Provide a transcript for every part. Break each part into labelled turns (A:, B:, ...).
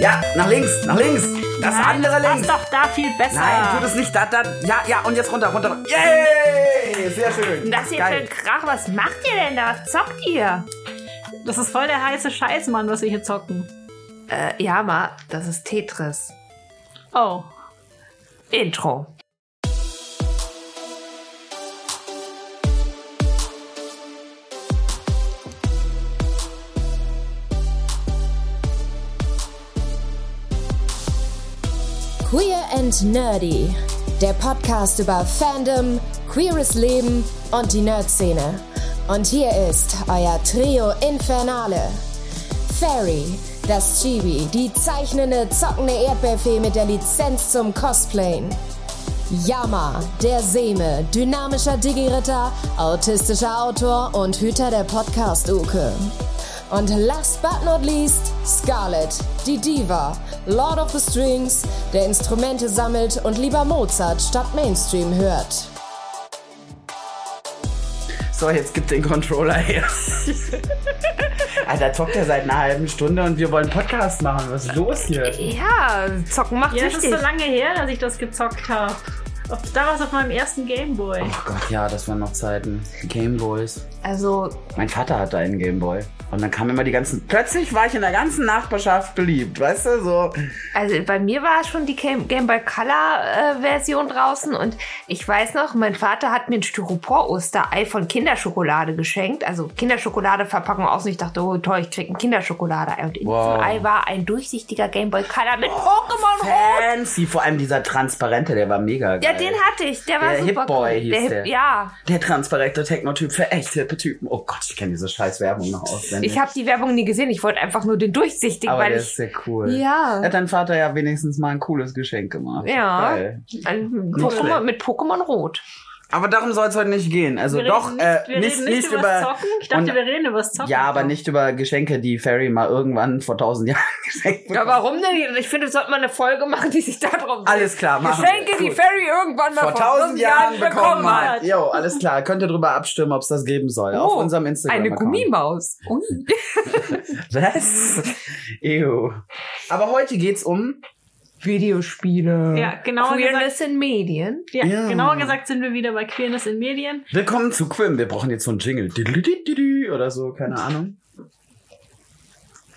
A: Ja, nach links, nach links. Das
B: Nein,
A: andere
B: das
A: links.
B: ist doch da viel besser.
A: Nein, tu das nicht. Da, da. Ja, ja, und jetzt runter, runter. Yay! Sehr schön.
B: das hier für ein
A: Geil.
B: Krach, was macht ihr denn da? Was zockt ihr? Das ist voll der heiße Scheiß, Mann, was wir hier zocken.
C: Äh, ja, Ma, das ist Tetris.
B: Oh.
C: Intro.
D: Queer and Nerdy, der Podcast über Fandom, queeres Leben und die Nerd-Szene. Und hier ist euer Trio Infernale. Fairy, das Chibi, die zeichnende, zockende Erdbeerfee mit der Lizenz zum Cosplayen. Yama, der Seme, dynamischer Digi-Ritter, autistischer Autor und Hüter der Podcast-Uke. Und last but not least, Scarlett, die Diva, Lord of the Strings, der Instrumente sammelt und lieber Mozart statt Mainstream hört.
A: So, jetzt gib den Controller her. Alter, zockt er seit einer halben Stunde und wir wollen Podcast machen. Was ist los hier?
C: Ja, zocken macht
B: Ja, das ist
C: süchtig.
B: so lange her, dass ich das gezockt habe. Damals auf meinem ersten Gameboy.
A: Oh Gott, ja, das waren noch Zeiten. Gameboys.
C: also,
A: Mein Vater hatte einen Gameboy. Und dann kamen immer die ganzen. Plötzlich war ich in der ganzen Nachbarschaft beliebt, weißt du? So.
C: also bei mir war schon die Game, Game Boy Color äh, Version draußen und ich weiß noch, mein Vater hat mir ein Styropor-Osterei von Kinderschokolade geschenkt. Also Kinderschokoladeverpackung aus und ich dachte, oh toll, ich krieg ein Kinderschokolade-Ei. Und in
A: Wow. Oh,
C: diesem Ei war ein durchsichtiger Game Boy Color mit Pokémon Rot.
A: Fancy, vor allem dieser transparente, der war mega
C: Ja,
A: geil.
C: den hatte ich. Der war
A: Der
C: super
A: Hip-Boy
C: cool.
A: hieß
C: Hip-
A: der.
C: Ja,
A: Der transparente Technotyp für echt hippe Typen. Oh Gott, ich kenne diese scheiß Werbung noch auswendig.
C: ich habe die Werbung nie gesehen. Ich wollte einfach nur den durchsichtigen,
A: Aber
C: weil
A: der
C: ich
A: ist sehr cool.
C: Ja.
A: Hat dein Vater ja wenigstens mal ein cooles Geschenk gemacht.
C: Ja,
A: Geil.
C: ein
A: Nicht
C: Pokémon,
A: schlecht.
C: mit Pokémon Rot.
A: Aber darum soll es heute nicht gehen. Also
B: Wir
A: doch,
B: reden
A: äh,
B: wir
A: nicht,
B: reden
A: nicht
B: übers
A: über.
B: Zocken. Ich dachte,
A: und-
B: wir reden übers Zocken.
A: ja, aber nicht über Geschenke, die Ferry mal irgendwann vor tausend Jahren geschenkt
C: Ja,
A: bekommen.
C: warum denn? Ich finde, wir sollten mal eine Folge machen, die sich darum
A: Alles klar, machen
C: Geschenke,
A: wir.
C: die
A: Gut.
C: Ferry irgendwann mal
A: vor tausend Jahren bekommen hat.
B: hat.
A: Jo, alles klar. Könnt ihr drüber abstimmen, ob es das geben soll. Auf
C: Oh,
A: unserem Instagram.
C: Eine Gummimaus. Ui.
A: Was? Ew. Aber heute geht's um Videospiele.
B: Ja,
C: genau,
B: genauer gesagt,
C: Queerness in Medien.
B: ja,
A: Ja.
B: genauer gesagt sind wir wieder bei Queerness in Medien.
A: Willkommen zu Quim. Wir brauchen jetzt so einen Jingle. Diddle-diddle-diddle Oder so, keine Ahnung.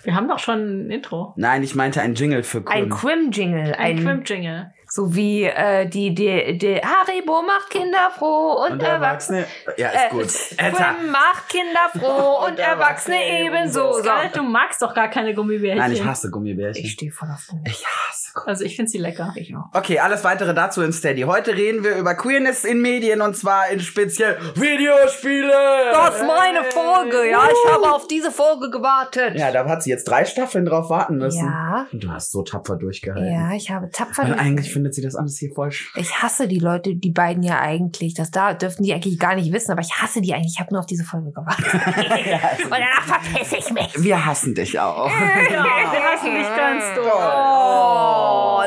B: Wir haben doch schon ein Intro.
A: Nein, ich meinte einen Jingle für
C: Ein
A: Quim.
C: Quim-Jingle.
B: Ein
C: Ein,
B: Quim-Jingle.
C: so wie äh, die, die, die Haribo macht Kinder froh und,
A: Und
C: Erwachsene.
A: Erwachsene. Ja, ist gut.
C: Äh,
A: Alter.
C: Quim macht Kinder froh und,
A: Und Erwachsene
C: Erwachsene ebenso. So.
B: Scarlett, du magst doch gar keine Gummibärchen.
A: Nein, ich hasse Gummibärchen.
C: Ich stehe voll auf
A: Ich hasse Gummibärchen.
B: Also ich finde sie lecker.
C: Ich auch.
A: Okay, alles weitere dazu in Steady. Heute reden wir über Queerness in Medien und zwar in speziell Videospiele.
C: Das ist meine Folge, ja. Ich habe auf diese Folge gewartet.
A: Ja, da hat sie jetzt drei Staffeln drauf warten müssen.
C: Ja,
A: Und du hast so tapfer durchgehalten.
C: ja, ich habe tapfer.
A: Weil eigentlich findet sie das alles hier voll sch
C: ich hasse die Leute, die beiden ja eigentlich. Das da dürften die eigentlich gar nicht wissen, aber ich hasse die eigentlich. Ich habe nur auf diese Folge gewartet. Und danach verpiss ich mich.
A: also, Wir hassen dich auch.
C: Äh.
B: Ja, das finde ich ganz
C: Oh.
A: oh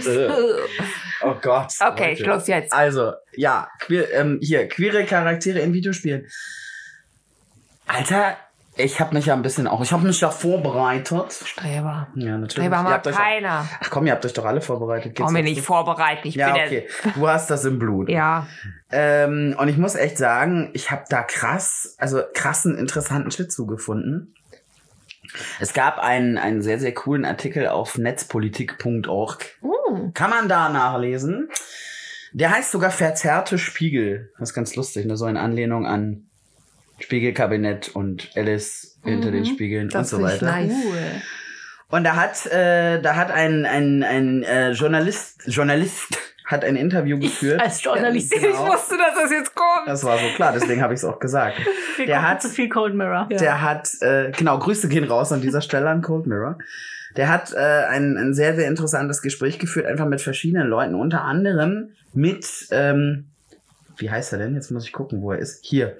C: Äh,
A: Gott.
C: Okay,
A: Leute.
C: Schluss jetzt.
A: Also, ja, queer, ähm, hier, queere Charaktere in Videospielen. Alter, ich habe mich ja ein bisschen auch, ich habe mich ja vorbereitet.
C: Streber.
A: Ja, natürlich.
C: Streber
A: Ihr
C: mag
A: habt euch-
C: keiner.
A: Ach komm, ihr habt euch doch alle vorbereitet.
C: Brauch mich
A: jetzt-
C: nicht vorbereiten. Ich
A: Ja,
C: bin
A: okay. Du hast das im Blut.
C: Der, ja.
A: Ähm, und ich muss echt sagen, ich habe da krass, also krassen, interessanten Shit zugefunden. Es gab einen, einen sehr, sehr coolen Artikel auf netzpolitik.org.
C: Oh.
A: Kann man da nachlesen. Der heißt sogar Verzerrte Spiegel. Das ist ganz lustig, ne? so in Anlehnung an Spiegelkabinett und Alice hinter den Spiegeln
C: Mhm. Das
A: und so
C: finde ich
A: weiter.
C: nice.
B: Cool.
A: Und da hat, äh, da hat ein, ein, ein äh, Journalist, Journalist hat ein Interview geführt.
B: Als Journalist.
C: Ich wusste, dass das jetzt kommt.
A: Das war so klar, deswegen habe ich es auch gesagt.
B: Wir
A: Der
B: gucken
A: hat-
B: zu viel Cold Mirror.
A: Der hat, äh, genau, Grüße gehen raus an dieser Stelle an Cold Mirror. Der hat äh, ein, ein sehr, sehr interessantes Gespräch geführt, einfach mit verschiedenen Leuten, unter anderem mit, ähm, wie heißt er denn? Jetzt muss ich gucken, wo er ist. Hier.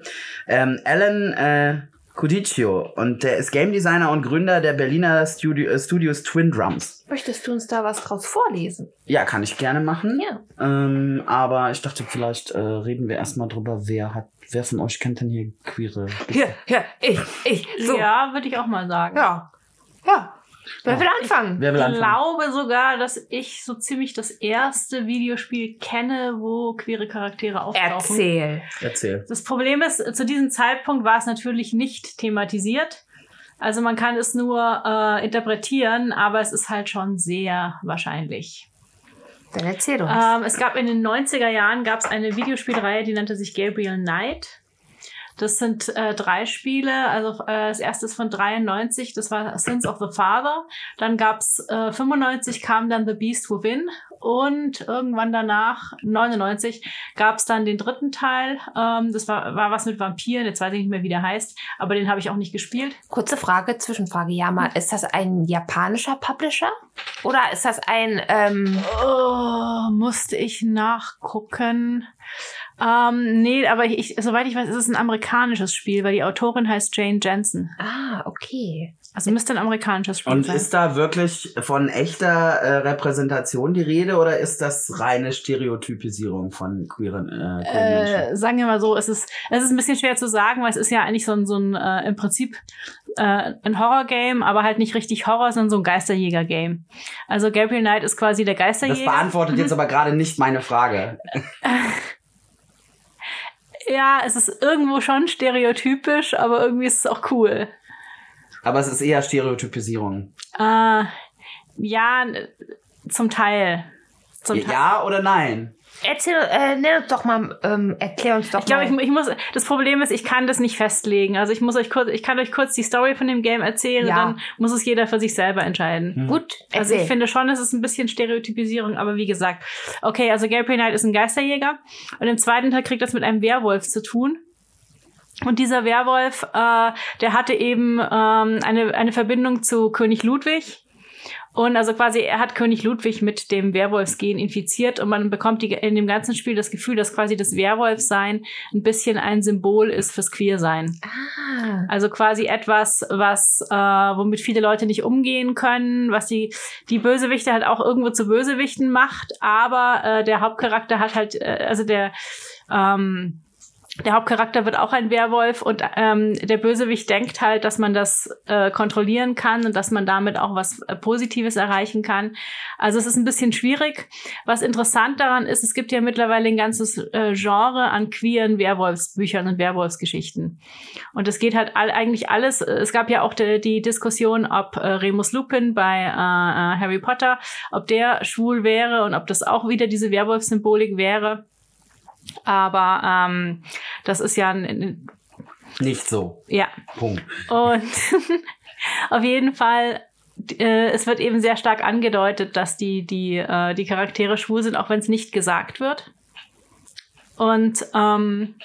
A: Ähm, Alan äh, Cudiccio und der ist Game Designer und Gründer der Berliner Studio, äh, Studios Twin Drums.
C: Möchtest du uns da was draus vorlesen?
A: Ja, kann ich gerne machen.
C: Ja.
A: Ähm, aber ich dachte, vielleicht äh, reden wir erstmal drüber, wer hat, wer von euch kennt denn hier queere
C: Hier, hier, ich, ich. So.
B: Ja, würde ich auch mal sagen.
C: Ja. Ja. Wer will anfangen?
A: Wer will
B: Ich
A: anfangen?
B: glaube sogar, dass ich so ziemlich das erste Videospiel kenne, wo queere Charaktere auftauchen.
C: Erzähl.
A: Erzähl.
B: Das Problem ist, zu diesem Zeitpunkt war es natürlich nicht thematisiert. Also man kann es nur äh, interpretieren, aber es ist halt schon sehr wahrscheinlich.
C: Dann erzähl uns.
B: Ähm, es gab in den 90er Jahren gab es eine Videospielreihe, die nannte sich Gabriel Knight. Das sind äh, drei Spiele, also äh, das erste ist von 93, das war Sins of the Father. Dann gab's äh, 95 kam dann The Beast Within und irgendwann danach 99 gab's dann den dritten Teil. Ähm, das war, war was mit Vampiren, jetzt weiß ich nicht mehr, wie der heißt, aber den habe ich auch nicht gespielt.
C: Kurze Frage, Zwischenfrage, Yama. Ist das ein japanischer Publisher? Oder ist das ein, ähm,
B: Oh, musste ich nachgucken. Ähm, nee, aber ich, ich, soweit ich weiß, ist es ein amerikanisches Spiel, weil die Autorin heißt Jane Jensen.
C: ah, okay.
B: Also müsste ein amerikanisches Spiel
A: Und
B: sein.
A: ist da wirklich von echter äh, Repräsentation die Rede oder ist das reine Stereotypisierung von queeren, äh, queeren Menschen?
B: äh, sagen wir mal so, es ist, es ist ein bisschen schwer zu sagen, weil es ist ja eigentlich so ein, so ein äh, im Prinzip äh, ein Horror-Game, aber halt nicht richtig Horror, sondern so ein Geisterjäger-Game. Also Gabriel Knight ist quasi der
A: Das
B: Geisterjäger.
A: beantwortet
B: Mhm.
A: jetzt aber gerade nicht meine Frage.
B: ja, es ist irgendwo schon stereotypisch, aber irgendwie ist es auch cool.
A: Aber es ist eher Stereotypisierung.
B: Äh, ja, n- zum Teil. Zum Teil.
A: Ja oder nein?
C: Erzähl, äh, nenn uns doch mal, ähm, erklär uns doch
B: Ich glaube,
C: mal.
B: ich, mu- ich muss. Das Problem ist, ich kann das nicht festlegen. Also ich muss euch kurz, ich kann euch kurz die Story von dem Game erzählen,
C: Ja.
B: dann muss es jeder für sich selber entscheiden.
C: Gut,
B: Also
C: erzähl.
B: ich finde schon, es ist ein bisschen Stereotypisierung, aber wie gesagt, okay, also Gabriel Knight ist ein Geisterjäger und im zweiten Teil kriegt das mit einem Werwolf zu tun. Und dieser Werwolf, äh, der hatte eben ähm, eine, eine Verbindung zu König Ludwig. Und also quasi, er hat König Ludwig mit dem Werwolfsgen infiziert und man bekommt die, in dem ganzen Spiel das Gefühl, dass quasi das Werwolfsein ein bisschen ein Symbol ist fürs Queersein.
C: ah,
B: Also quasi etwas, was äh, womit viele Leute nicht umgehen können, was die die Bösewichte halt auch irgendwo zu Bösewichten macht, aber äh, der Hauptcharakter hat halt, äh, also der ähm, der Hauptcharakter wird auch ein Werwolf und ähm, der Bösewicht denkt halt, dass man das äh, kontrollieren kann und dass man damit auch was äh, Positives erreichen kann. Also es ist ein bisschen schwierig. Was interessant daran ist, es gibt ja mittlerweile ein ganzes äh, Genre an queeren Werwolfsbüchern und Werwolfsgeschichten. Und es geht halt all, eigentlich alles. Es gab ja auch die, die Diskussion, ob äh, Remus Lupin bei äh, äh, Harry Potter, ob der schwul wäre und ob das auch wieder diese Werwolf-Symbolik wäre. Aber ähm, das ist ja ein- ein,
A: Nicht so.
B: ja,
A: Punkt.
B: und auf jeden Fall, d- äh, es wird eben sehr stark angedeutet, dass die, die, äh, die Charaktere schwul sind, auch wenn es nicht gesagt wird. Und ähm,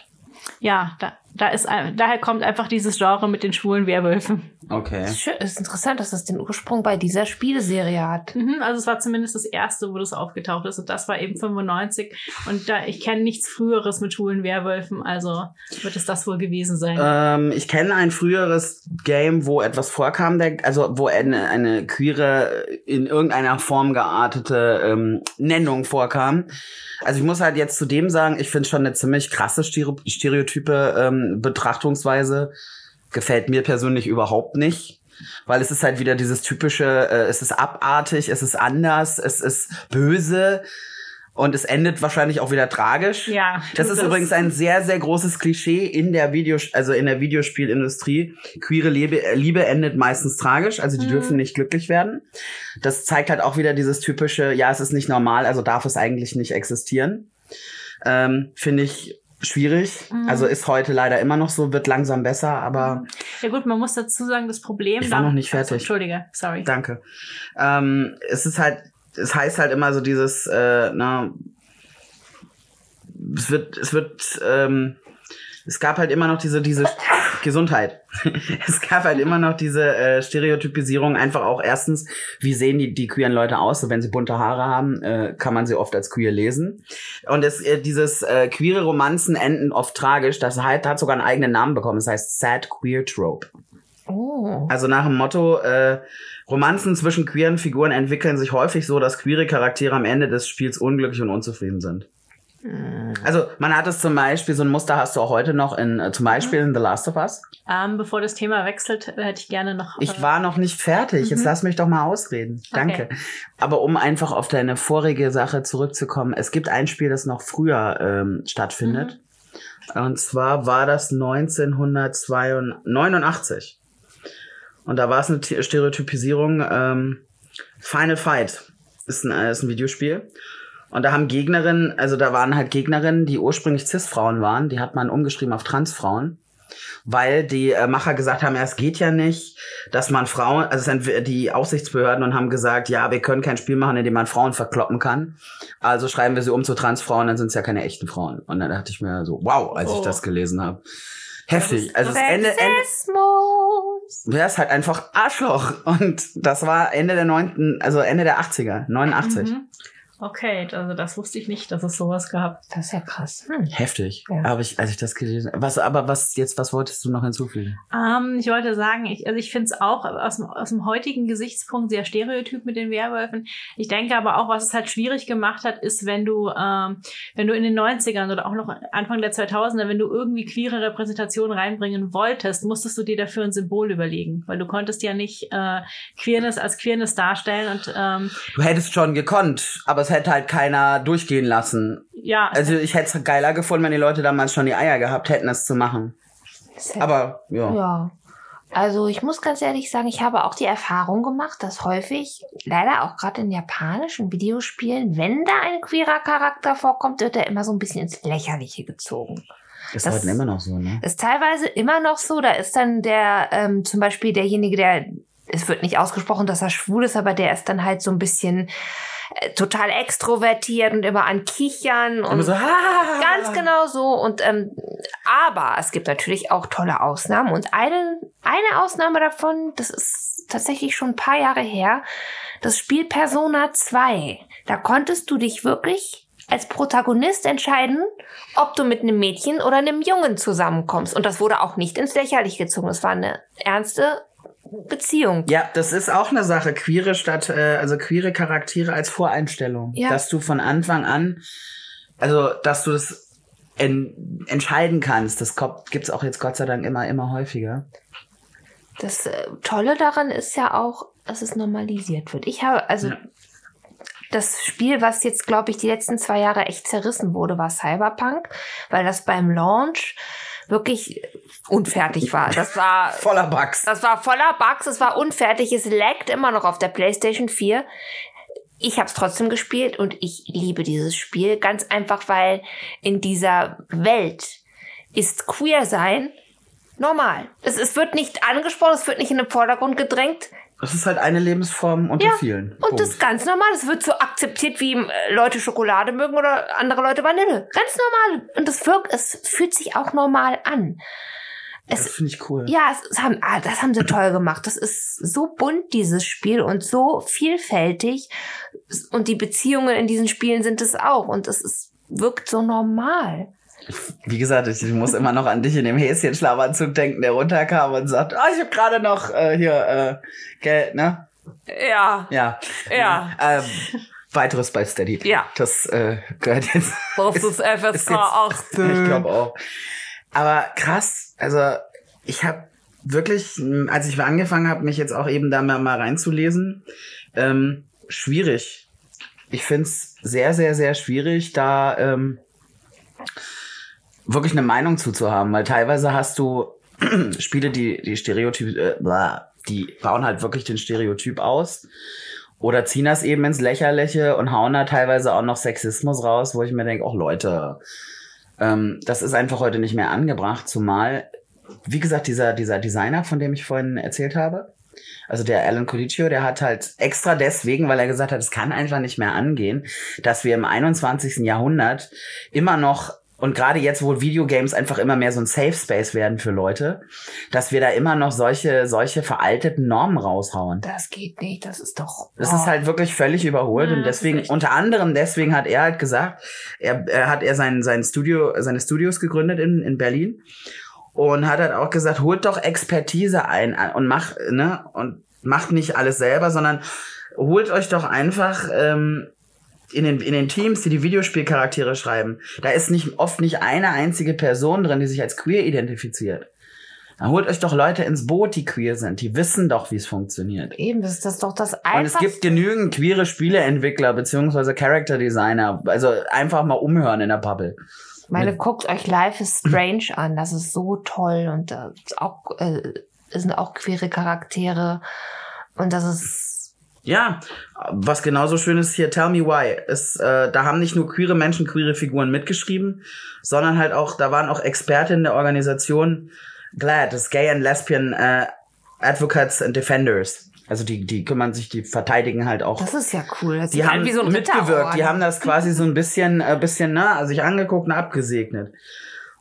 B: ja, da, da ist, ein- daher kommt einfach dieses Genre mit den schwulen Werwölfen.
A: Okay.
C: ist, schön, ist interessant, dass das den Ursprung bei dieser Spieleserie hat.
B: Mhm, also es war zumindest das erste, wo das aufgetaucht ist. Und das war eben 95. Und da, ich kenne nichts Früheres mit schwulen Werwölfen, also wird es das wohl gewesen sein.
A: Ähm, ich kenne ein früheres Game, wo etwas vorkam, der, also wo eine, eine queere, in irgendeiner Form geartete ähm, Nennung vorkam. Also ich muss halt jetzt zu dem sagen, ich finde schon eine ziemlich krasse Stere Stereotype ähm, Betrachtungsweise. Gefällt mir persönlich überhaupt nicht. Weil es ist halt wieder dieses typische, äh, es ist abartig, es ist anders, es ist böse und es endet wahrscheinlich auch wieder tragisch.
B: ja,
A: Das
B: du,
A: ist übrigens ein sehr, sehr großes Klischee in der Video, also in der Videospielindustrie. Queere Liebe, äh, Liebe endet meistens tragisch, also die dürfen nicht glücklich werden. Das zeigt halt auch wieder dieses typische, ja, es ist nicht normal, also darf es eigentlich nicht existieren. Ähm, Finde ich schwierig. Also ist heute leider immer noch so, wird langsam besser, aber
B: Ja gut, man muss dazu sagen, das Problem...
A: Ich war noch
B: da-
A: nicht fertig.
B: Achso, Entschuldige, sorry.
A: danke. Ähm, es ist halt, es heißt halt immer so dieses, äh, na, es wird, es wird, ähm, es gab halt immer noch diese, diese Gesundheit. es gab halt immer noch diese äh, Stereotypisierung, einfach auch erstens, wie sehen die, die queeren Leute aus? So, wenn sie bunte Haare haben, äh, kann man sie oft als queer lesen. Und es, äh, dieses äh, queere Romanzen enden oft tragisch, das halt, hat sogar einen eigenen Namen bekommen. Es heißt Sad Queer Trope.
C: Oh.
A: Also nach dem Motto, äh, Romanzen zwischen queeren Figuren entwickeln sich häufig so, dass queere Charaktere am Ende des Spiels unglücklich und unzufrieden sind. Also man hat es zum Beispiel, so ein Muster hast du auch heute noch in, äh, zum Beispiel in The Last of Us.
B: Ähm, bevor das Thema wechselt, äh, hätte ich gerne noch.
A: Ich war noch nicht fertig, jetzt lass mich doch mal ausreden. Danke. Aber um einfach auf deine vorige Sache zurückzukommen, es gibt ein Spiel, das noch früher ähm, stattfindet. Und zwar war das 1989. Und da war es eine T- Stereotypisierung. Ähm, Final Fight ist ein, äh, ist ein Videospiel. Und da haben Gegnerinnen, also da waren halt Gegnerinnen, die ursprünglich Cis-Frauen waren, die hat man umgeschrieben auf Transfrauen. Weil die äh, Macher gesagt haben, ja, es geht ja nicht, dass man Frauen, also es sind wir- die Aufsichtsbehörden und haben gesagt, ja, wir können kein Spiel machen, in dem man Frauen verkloppen kann. Also schreiben wir sie um zu Transfrauen, dann sind es ja keine echten Frauen. Und dann dachte ich mir so, wow, als ich
B: Oh.
A: das gelesen habe. Heftig. Also das Ende, Ende,
C: Sexismus.
A: ja, ist halt einfach Arschloch. Und das war Ende der neunten, also Ende der 80er, 89.
B: Mhm. Okay, also das wusste ich nicht, dass es sowas gab.
C: Das ist ja krass. Hm.
A: Heftig.
C: Ja.
A: Aber ich, als ich das gelesen was, aber was jetzt, was wolltest du noch hinzufügen?
B: Ähm, ich wollte sagen, ich, also ich finde es auch aus, dem- aus dem heutigen Gesichtspunkt sehr stereotyp mit den Werwölfen. Ich denke aber auch, was es halt schwierig gemacht hat, ist, wenn du, ähm, wenn du in den 90ern oder auch noch Anfang der 2000er, wenn du irgendwie queere Repräsentation reinbringen wolltest, musstest du dir dafür ein Symbol überlegen, weil du konntest ja nicht äh, Queerness als Queerness darstellen und ähm,
A: Du hättest schon gekonnt, aber es hätte halt keiner durchgehen lassen.
B: ja,
A: Also ich hätte es geiler gefunden, wenn die Leute damals schon die Eier gehabt hätten, das zu machen. Aber ja.
C: Ja. Also ich muss ganz ehrlich sagen, ich habe auch die Erfahrung gemacht, dass häufig, leider auch gerade in japanischen Videospielen, wenn da ein queerer Charakter vorkommt, wird er immer so ein bisschen ins Lächerliche gezogen.
A: ist
C: das-
A: heute immer noch so, ne?
C: Ist teilweise immer noch so, da ist dann der, ähm, zum Beispiel derjenige, der, es wird nicht ausgesprochen, dass er schwul ist, aber der ist dann halt so ein bisschen äh, total extrovertiert und immer an Kichern und
A: Immer so, ha!
C: Ganz genau so. Und ähm, aber es gibt natürlich auch tolle Ausnahmen. Und eine, eine Ausnahme davon, das ist tatsächlich schon ein paar Jahre her, das Spiel Persona 2. Da konntest du dich wirklich als Protagonist entscheiden, ob du mit einem Mädchen oder einem Jungen zusammenkommst. Und das wurde auch nicht ins Lächerlich gezogen. Das war eine ernste Beziehung.
A: Ja, das ist auch eine Sache. Queere statt, äh, also queere Charaktere als Voreinstellung.
C: Ja.
A: Dass du von Anfang an, also dass du das en entscheiden kannst. Das kommt- gibt's auch jetzt Gott sei Dank immer, immer häufiger.
C: Das äh, Tolle daran ist ja auch, dass es normalisiert wird. Ich habe, also
A: Ja.
C: das Spiel, was jetzt, glaube ich, die letzten zwei Jahre echt zerrissen wurde, war Cyberpunk, weil das beim Launch wirklich unfertig war. Das war
A: Voller Bugs.
C: das war voller Bugs, es war unfertig, es laggt immer noch auf der PlayStation 4. Ich habe es trotzdem gespielt und ich liebe dieses Spiel, ganz einfach, weil in dieser Welt ist queer sein normal. Es, es wird nicht angesprochen, es wird nicht in den Vordergrund gedrängt.
A: Das ist halt eine Lebensform unter
C: Ja,
A: vielen.
C: Und das ist ganz normal. Es wird so akzeptiert, wie äh, Leute Schokolade mögen oder andere Leute Vanille. Ganz normal. Und das wirkt, es fühlt sich auch normal an.
A: das finde ich cool.
C: Ja, es, es haben, ah, das haben sie toll gemacht. Das ist so bunt, dieses Spiel, und so vielfältig. Und die Beziehungen in diesen Spielen sind es auch. Und es ist, wirkt so normal.
A: Wie gesagt, ich muss immer noch an dich in dem Häschenschlafanzug denken, der runterkam und sagt, ah, ich habe gerade noch äh, hier äh, Geld, ne?
C: Ja.
A: Ja.
C: Ja.
A: Ähm, weiteres bei Steady.
C: Ja.
A: Das äh, gehört jetzt.
C: Das ist
A: ist
C: FSK
A: jetzt-
C: 18.
A: Ich glaube auch. Aber krass, also ich habe wirklich, m, als ich angefangen habe, mich jetzt auch eben da mal, mal reinzulesen, ähm, schwierig. Ich find's sehr, sehr, sehr schwierig, da ähm, wirklich eine Meinung zuzuhaben, weil teilweise hast du Spiele, die die Stereotyp, äh, bla, die bauen halt wirklich den Stereotyp aus oder ziehen das eben ins Lächerliche und hauen da teilweise auch noch Sexismus raus, wo ich mir denke, oh Leute, ähm, das ist einfach heute nicht mehr angebracht, zumal, wie gesagt, dieser, dieser Designer, von dem ich vorhin erzählt habe, also der Alan Colicchio, der hat halt extra deswegen, weil er gesagt hat, es kann einfach nicht mehr angehen, dass wir im 21. Jahrhundert immer noch und gerade jetzt, wo Videogames einfach immer mehr so ein Safe Space werden für Leute, dass wir da immer noch solche, solche veralteten Normen raushauen.
C: Das geht nicht, das ist doch. oh,
A: Das ist halt wirklich völlig überholt
B: Ja,
A: und
B: das ist
A: deswegen,
B: echt.
A: unter anderem deswegen hat er halt gesagt, er, er hat er sein, sein Studio, seine Studios gegründet in, in Berlin und hat halt auch gesagt, holt doch Expertise ein äh, und macht, ne, und macht nicht alles selber, sondern holt euch doch einfach ähm, in den, in den Teams, die die Videospielcharaktere schreiben, da ist nicht, oft nicht eine einzige Person drin, die sich als queer identifiziert. Dann holt euch doch Leute ins Boot, die queer sind. Die wissen doch, wie es funktioniert.
C: Eben, das ist das doch das
A: Und es
C: Einfachste.
A: gibt genügend queere Spieleentwickler beziehungsweise Character Designer. Also einfach mal umhören in der Bubble.
C: Meine, guckt euch Life is Strange an. Das ist so toll und äh, ist auch äh, sind auch queere Charaktere und das ist
A: Ja, was genauso schön ist hier, Tell Me Why, ist, äh, da haben nicht nur queere Menschen, queere Figuren mitgeschrieben, sondern halt auch, da waren auch Expertinnen der Organisation GLAD, das Gay and Lesbian äh, Advocates and Defenders. Also die, die kümmern sich, die verteidigen halt auch
C: das ist ja cool. Das
A: die
C: sieht
A: haben
C: halt wie so ein
A: mitgewirkt, die
C: Ritterorden.
A: haben das quasi so ein bisschen, äh, bisschen ne, sich angeguckt und abgesegnet.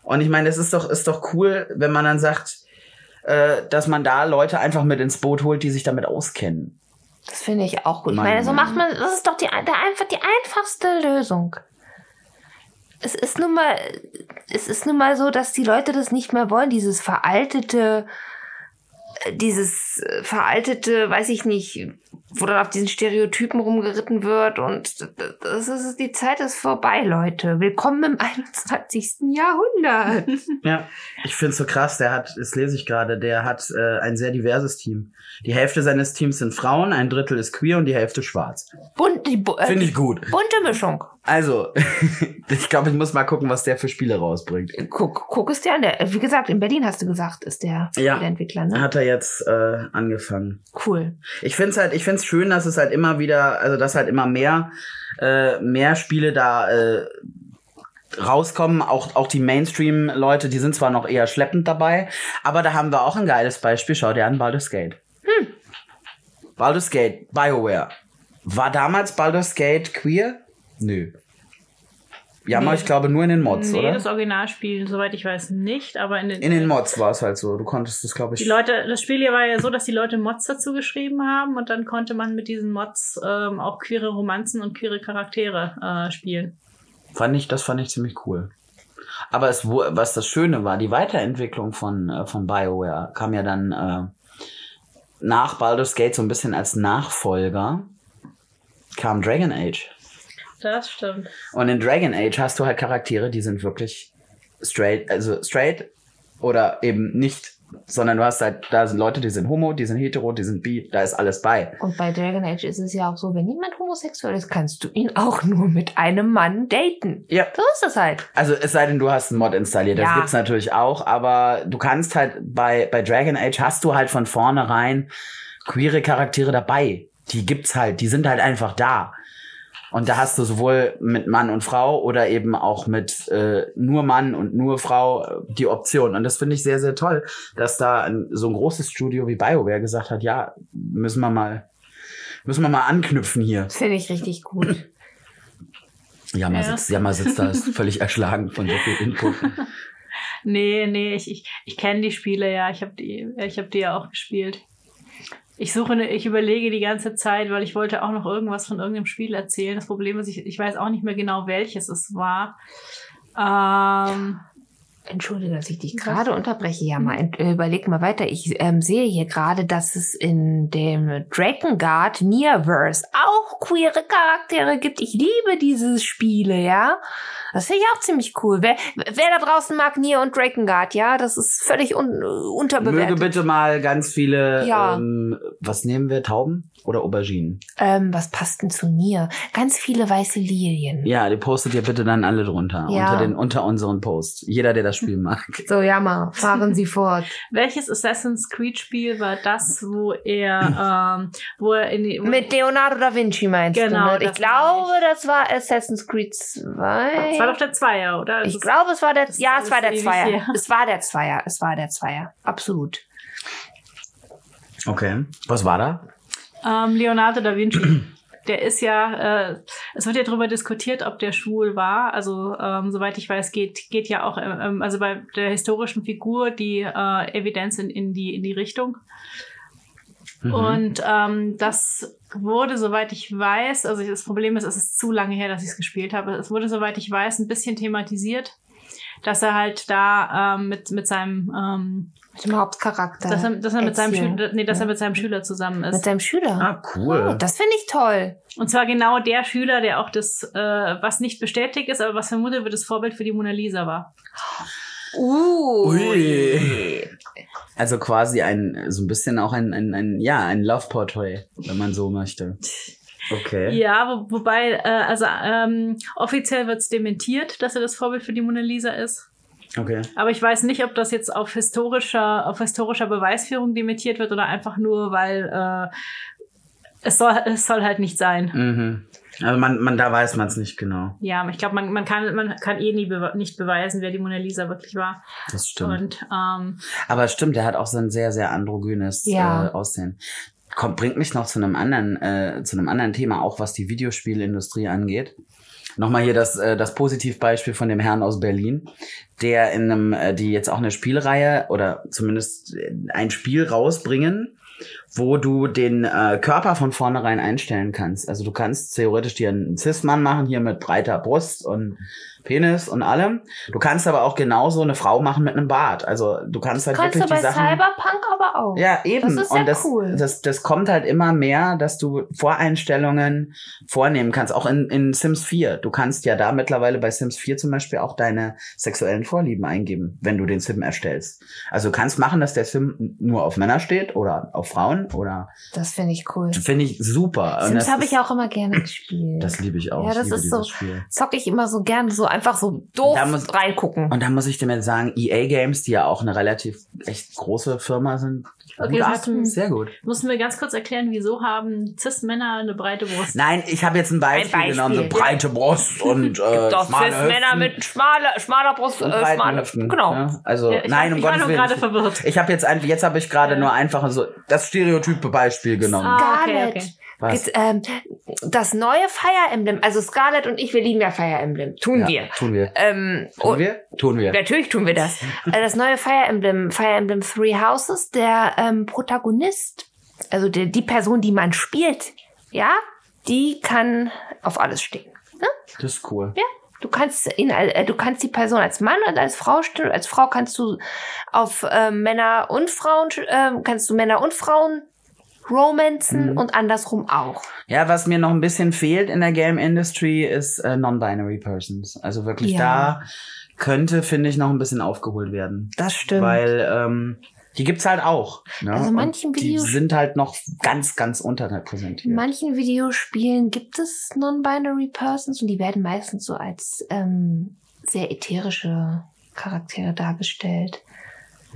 A: Und ich meine, das ist doch, ist doch cool, wenn man dann sagt, äh, dass man da Leute einfach mit ins Boot holt, die sich damit auskennen.
C: Das finde ich auch gut. Ich
A: Mann,
C: meine, so
A: Mann.
C: macht man, das ist doch die, ein- der einfach die einfachste Lösung. Es ist nun mal, es ist nun mal so, dass die Leute das nicht mehr wollen, dieses veraltete, äh, dieses äh, veraltete, weiß ich nicht, wo dann auf diesen Stereotypen rumgeritten wird und d- d- das ist, die Zeit ist vorbei, Leute. Willkommen im 21. Jahrhundert.
A: Ja. Ich finde so krass, der hat, das lese ich gerade, der hat äh, ein sehr diverses Team. Die Hälfte seines Teams sind Frauen, ein Drittel ist queer und die Hälfte schwarz.
C: Bunt, die, bu- äh,
A: Finde ich gut.
C: bunte Mischung.
A: Also, ich glaube, ich muss mal gucken, was der für Spiele rausbringt.
C: Guck, guck es dir an. Der, wie gesagt, in Berlin hast du gesagt, ist der,
A: Ja.
C: der Entwickler, ne?
A: Hat er jetzt äh, angefangen.
C: Cool.
A: Ich find's halt, ich find's schön, dass es halt immer wieder, also dass halt immer mehr, äh, mehr Spiele da äh, rauskommen. Auch, auch die Mainstream-Leute, die sind zwar noch eher schleppend dabei, aber da haben wir auch ein geiles Beispiel. Schau dir an, Baldur's Gate. Hm. Baldur's Gate, Bioware. War damals Baldur's Gate queer? Nö. Ja, aber
B: Nee.
A: ich glaube nur in den Mods,
B: nee,
A: oder?
B: das Originalspiel, soweit ich weiß, nicht, aber in den, äh,
A: In den Mods war es halt so. Du konntest das, glaube ich.
B: Die Leute, das Spiel hier war ja so, dass die Leute Mods dazu geschrieben haben und dann konnte man mit diesen Mods ähm, auch queere Romanzen und queere Charaktere äh, spielen.
A: Fand ich, das fand ich ziemlich cool. Aber es, wo- was das Schöne war, die Weiterentwicklung von, äh, von BioWare kam ja dann äh, nach Baldur's Gate so ein bisschen als Nachfolger, kam Dragon Age.
B: Das stimmt.
A: Und in Dragon Age hast du halt Charaktere, die sind wirklich straight, also straight oder eben nicht, sondern du hast halt, da sind Leute, die sind homo, die sind hetero, die sind bi, da ist alles bei.
C: Und bei Dragon Age ist es ja auch so, wenn jemand homosexuell ist, kannst du ihn auch nur mit einem Mann daten.
A: Ja,
C: So ist das halt.
A: Also es sei denn, du hast einen Mod installiert, das
C: Ja.
A: gibt's natürlich auch, aber du kannst halt bei, bei Dragon Age hast du halt von vornherein queere Charaktere dabei. Die gibt's halt, die sind halt einfach da. Und da hast du sowohl mit Mann und Frau oder eben auch mit äh, nur Mann und nur Frau äh, die Option. Und das finde ich sehr, sehr toll, dass da ein, so ein großes Studio wie BioWare gesagt hat, ja, müssen wir mal, müssen wir mal anknüpfen hier.
C: Das finde ich richtig gut.
A: Jammer,
B: Ja.
A: sitzt, Jammer sitzt da, ist völlig erschlagen von so viel Input.
B: Nee, nee, ich, ich, ich kenne die Spiele ja. Ich habe die, ich hab die ja auch gespielt. Ich suche, ne, ich überlege die ganze Zeit, weil ich wollte auch noch irgendwas von irgendeinem Spiel erzählen. Das Problem ist, ich, ich weiß auch nicht mehr genau, welches es war. Ähm,
C: Entschuldige, dass ich dich gerade unterbreche. Ja, mal ent- äh, überleg mal weiter. Ich ähm, sehe hier gerade, dass es in dem Drakengard Nearverse auch queere Charaktere gibt. Ich liebe diese Spiele, ja. Das finde ich auch ziemlich cool. Wer, wer da draußen mag Nier und Drakengard, ja, das ist völlig un
A: Möge
C: unterbewertet.
A: bitte mal ganz viele,
C: Ja.
A: ähm, was nehmen wir, Tauben oder Auberginen?
C: Ähm, was passt denn zu Nier? Ganz viele weiße Lilien.
A: Ja, die postet ihr bitte dann alle drunter,
C: Ja.
A: unter, den, unter unseren Post. Jeder, der das Spiel mag.
C: So, Jammer, fahren Sie fort.
B: welches Assassin's Creed Spiel war das, wo er, ähm, wo er in die, wo
C: Mit Leonardo da Vinci meinst
B: Genau,
C: du? Ne? Ich
B: das
C: glaube,
B: meine
C: das war Assassin's Creed 2.
B: Das war doch der Zweier, oder? Das
C: ich
B: ist-
C: glaube, es war der,
B: das ist
C: ja, es war der
B: ewig
C: Zweier.
B: her.
C: Es war der Zweier. Es war der Zweier. Absolut.
A: Okay. Was war da?
B: Ähm, Leonardo da Vinci. Der ist ja, äh, es wird ja darüber diskutiert, ob der schwul war. Also ähm, soweit ich weiß, geht geht ja auch, ähm, also bei der historischen Figur die äh, Evidenz in, in die in die Richtung.
A: Mhm.
B: Und ähm, das wurde, soweit ich weiß, also das Problem ist, es ist zu lange her, dass ich es gespielt habe. Es wurde, soweit ich weiß, ein bisschen thematisiert, dass er halt da ähm, mit, mit seinem, ähm,
C: Mit dem Hauptcharakter.
B: Dass er, dass er, mit, seinem
C: Ezio.
B: Schüler, nee, dass er mit seinem Schüler zusammen
C: Mit
B: ist.
C: seinem Schüler.
A: Ah, cool.
C: Oh, das finde ich toll.
B: Und zwar genau der Schüler, der auch das, äh, was nicht bestätigt ist, aber was vermutet wird, das Vorbild für die Mona Lisa war.
C: Uh.
A: Ui. Also quasi ein, so ein bisschen auch ein, ein, ein ja, ein Love Portrait, wenn man so möchte. Okay.
B: Ja, wo, wobei, äh, also ähm, offiziell wird es dementiert, dass er das Vorbild für die Mona Lisa ist.
A: Okay.
B: Aber ich weiß nicht, ob das jetzt auf historischer, auf historischer Beweisführung dementiert wird oder einfach nur, weil äh, es, soll, es soll halt nicht sein.
A: Mhm. Also man, man, da weiß man es nicht genau.
B: Ja, aber ich glaube, man, man, kann, man kann eh nie bewe nicht beweisen, wer die Mona Lisa wirklich war.
A: Das stimmt.
B: Und ähm,
A: Aber stimmt, der hat auch so ein sehr, sehr androgynes
C: Ja.
A: äh, Aussehen. Kommt, bringt mich noch zu einem anderen, äh, zu einem anderen Thema, auch was die Videospielindustrie angeht. Nochmal hier das, äh, das Positivbeispiel von dem Herrn aus Berlin, der in einem, äh, die jetzt auch eine Spielreihe oder zumindest äh, ein Spiel rausbringen, wo du den äh, Körper von vornherein einstellen kannst. Also du kannst theoretisch dir einen Cis-Mann machen, hier mit breiter Brust und Penis und allem. Du kannst aber auch genauso eine Frau machen mit einem Bart. Also du kannst halt
C: Kannst du
A: wirklich
C: bei
A: die Sachen.
C: Cyberpunk aber auch.
A: Ja, eben.
C: Das ist ja
A: und das,
C: cool.
A: das, das kommt halt immer mehr, dass du Voreinstellungen vornehmen kannst. Auch in, in Sims 4. Du kannst ja da mittlerweile bei Sims 4 zum Beispiel auch deine sexuellen Vorlieben eingeben, wenn du den Sim erstellst. Also du kannst machen, dass der Sim nur auf Männer steht oder auf Frauen oder
C: Das finde ich cool.
A: finde ich super. Und
C: Sims
A: das
C: habe
A: ist-
C: ich auch immer gerne gespielt.
A: Das liebe ich auch.
C: Ja,
A: Ich
C: das
A: liebe
C: ist
A: dieses
C: so-
A: Spiel.
C: Zock ich immer so gern, so einfach so doof
A: Da muss-
C: reingucken.
A: Und da muss ich dir mal sagen, EA Games, die ja auch eine relativ echt große Firma sind,
B: Okay,
A: gut
B: das
A: ab.
C: hm.
B: müssen-
A: sehr gut.
B: mussten wir ganz kurz erklären, wieso haben Cis-Männer eine breite Brust?
A: Nein, ich habe jetzt ein Beispiel,
C: Beispiel.
A: genommen, so breite Brust und äh,
C: Doch,
A: schmale
C: fünf
A: Hüften
C: Männer mit schmaler, schmaler Brust,
A: und
C: äh,
A: breiten
C: schmaler,
A: Hüften.
C: genau.
A: Ja, also
B: Ja, ich
A: nein,
B: hab-
A: um
B: ich war
A: Gottes
B: nur
A: Willen.
B: gerade verwirrt.
A: Ich habe jetzt einfach, jetzt habe ich gerade
B: Ja.
A: nur einfach so das stereotype Beispiel genommen.
B: Ah.
C: Scarlet.
B: okay, okay.
A: Was?
C: Jetzt, ähm, das neue Fire Emblem, also Scarlet und ich, wir lieben ja Fire Emblem. Tun
A: Ja,
C: wir.
A: Tun wir.
C: Ähm,
A: Tun
C: und
A: wir? Tun wir.
C: Natürlich tun wir das. Äh, Das neue Fire Emblem, Fire Emblem Three Houses, der ähm, Protagonist, also der, die Person, die man spielt, ja, die kann auf alles stehen. ne?
A: Das ist cool.
C: Ja, du kannst ihn, al- äh, du kannst die Person als Mann und als Frau stellen. Als Frau kannst du auf äh, Männer und Frauen, sch- ähm, kannst du Männer und Frauen romanzen und andersrum auch.
A: Ja, was mir noch ein bisschen fehlt in der Game Industry ist äh, Non-Binary Persons. Also wirklich
C: Ja.
A: da könnte, finde ich, noch ein bisschen aufgeholt werden.
C: Das stimmt.
A: Weil ähm, die gibt's halt auch. Ne?
C: Also
A: Und
C: manchen
A: die
C: Videos-
A: sind halt noch ganz, ganz unterrepräsentiert.
C: In manchen Videospielen gibt es Non-Binary Persons und die werden meistens so als ähm, sehr ätherische Charaktere dargestellt.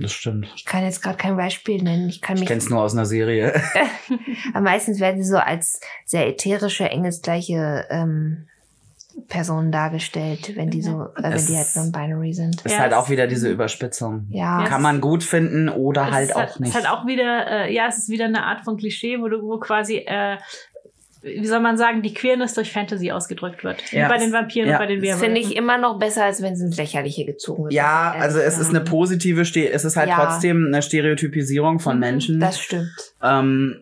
A: das stimmt.
C: Ich kann jetzt gerade kein Beispiel nennen. Ich kann
A: Ich
C: mich.
A: kenn's nur aus einer Serie.
C: Aber meistens werden sie so als sehr ätherische, engelsgleiche ähm, Personen dargestellt, wenn die so, äh, wenn
A: Es-
C: die halt non-binary sind.
A: Ist
B: Ja,
A: halt
B: es-
A: auch wieder diese Überspitzung.
C: Ja.
A: Kann man gut finden oder
B: Es
A: halt
B: ist
A: auch
B: halt,
A: nicht.
B: Ist halt auch wieder, äh, ja, es ist wieder eine Art von Klischee, wo du wo quasi, äh, wie soll man sagen, die Queerness durch Fantasy ausgedrückt wird.
A: Ja.
B: Wie bei den Vampiren
A: Ja.
B: und bei den
C: Das
B: Werwölfen.
C: finde ich immer noch besser, als wenn sie ins Lächerliche gezogen wird.
A: ja,
C: Ehrlich
A: also es ist
C: sagen.
A: eine positive, Ste es ist halt
C: Ja. Mhm,
A: trotzdem eine Stereotypisierung von Menschen.
C: Das stimmt.
A: ähm,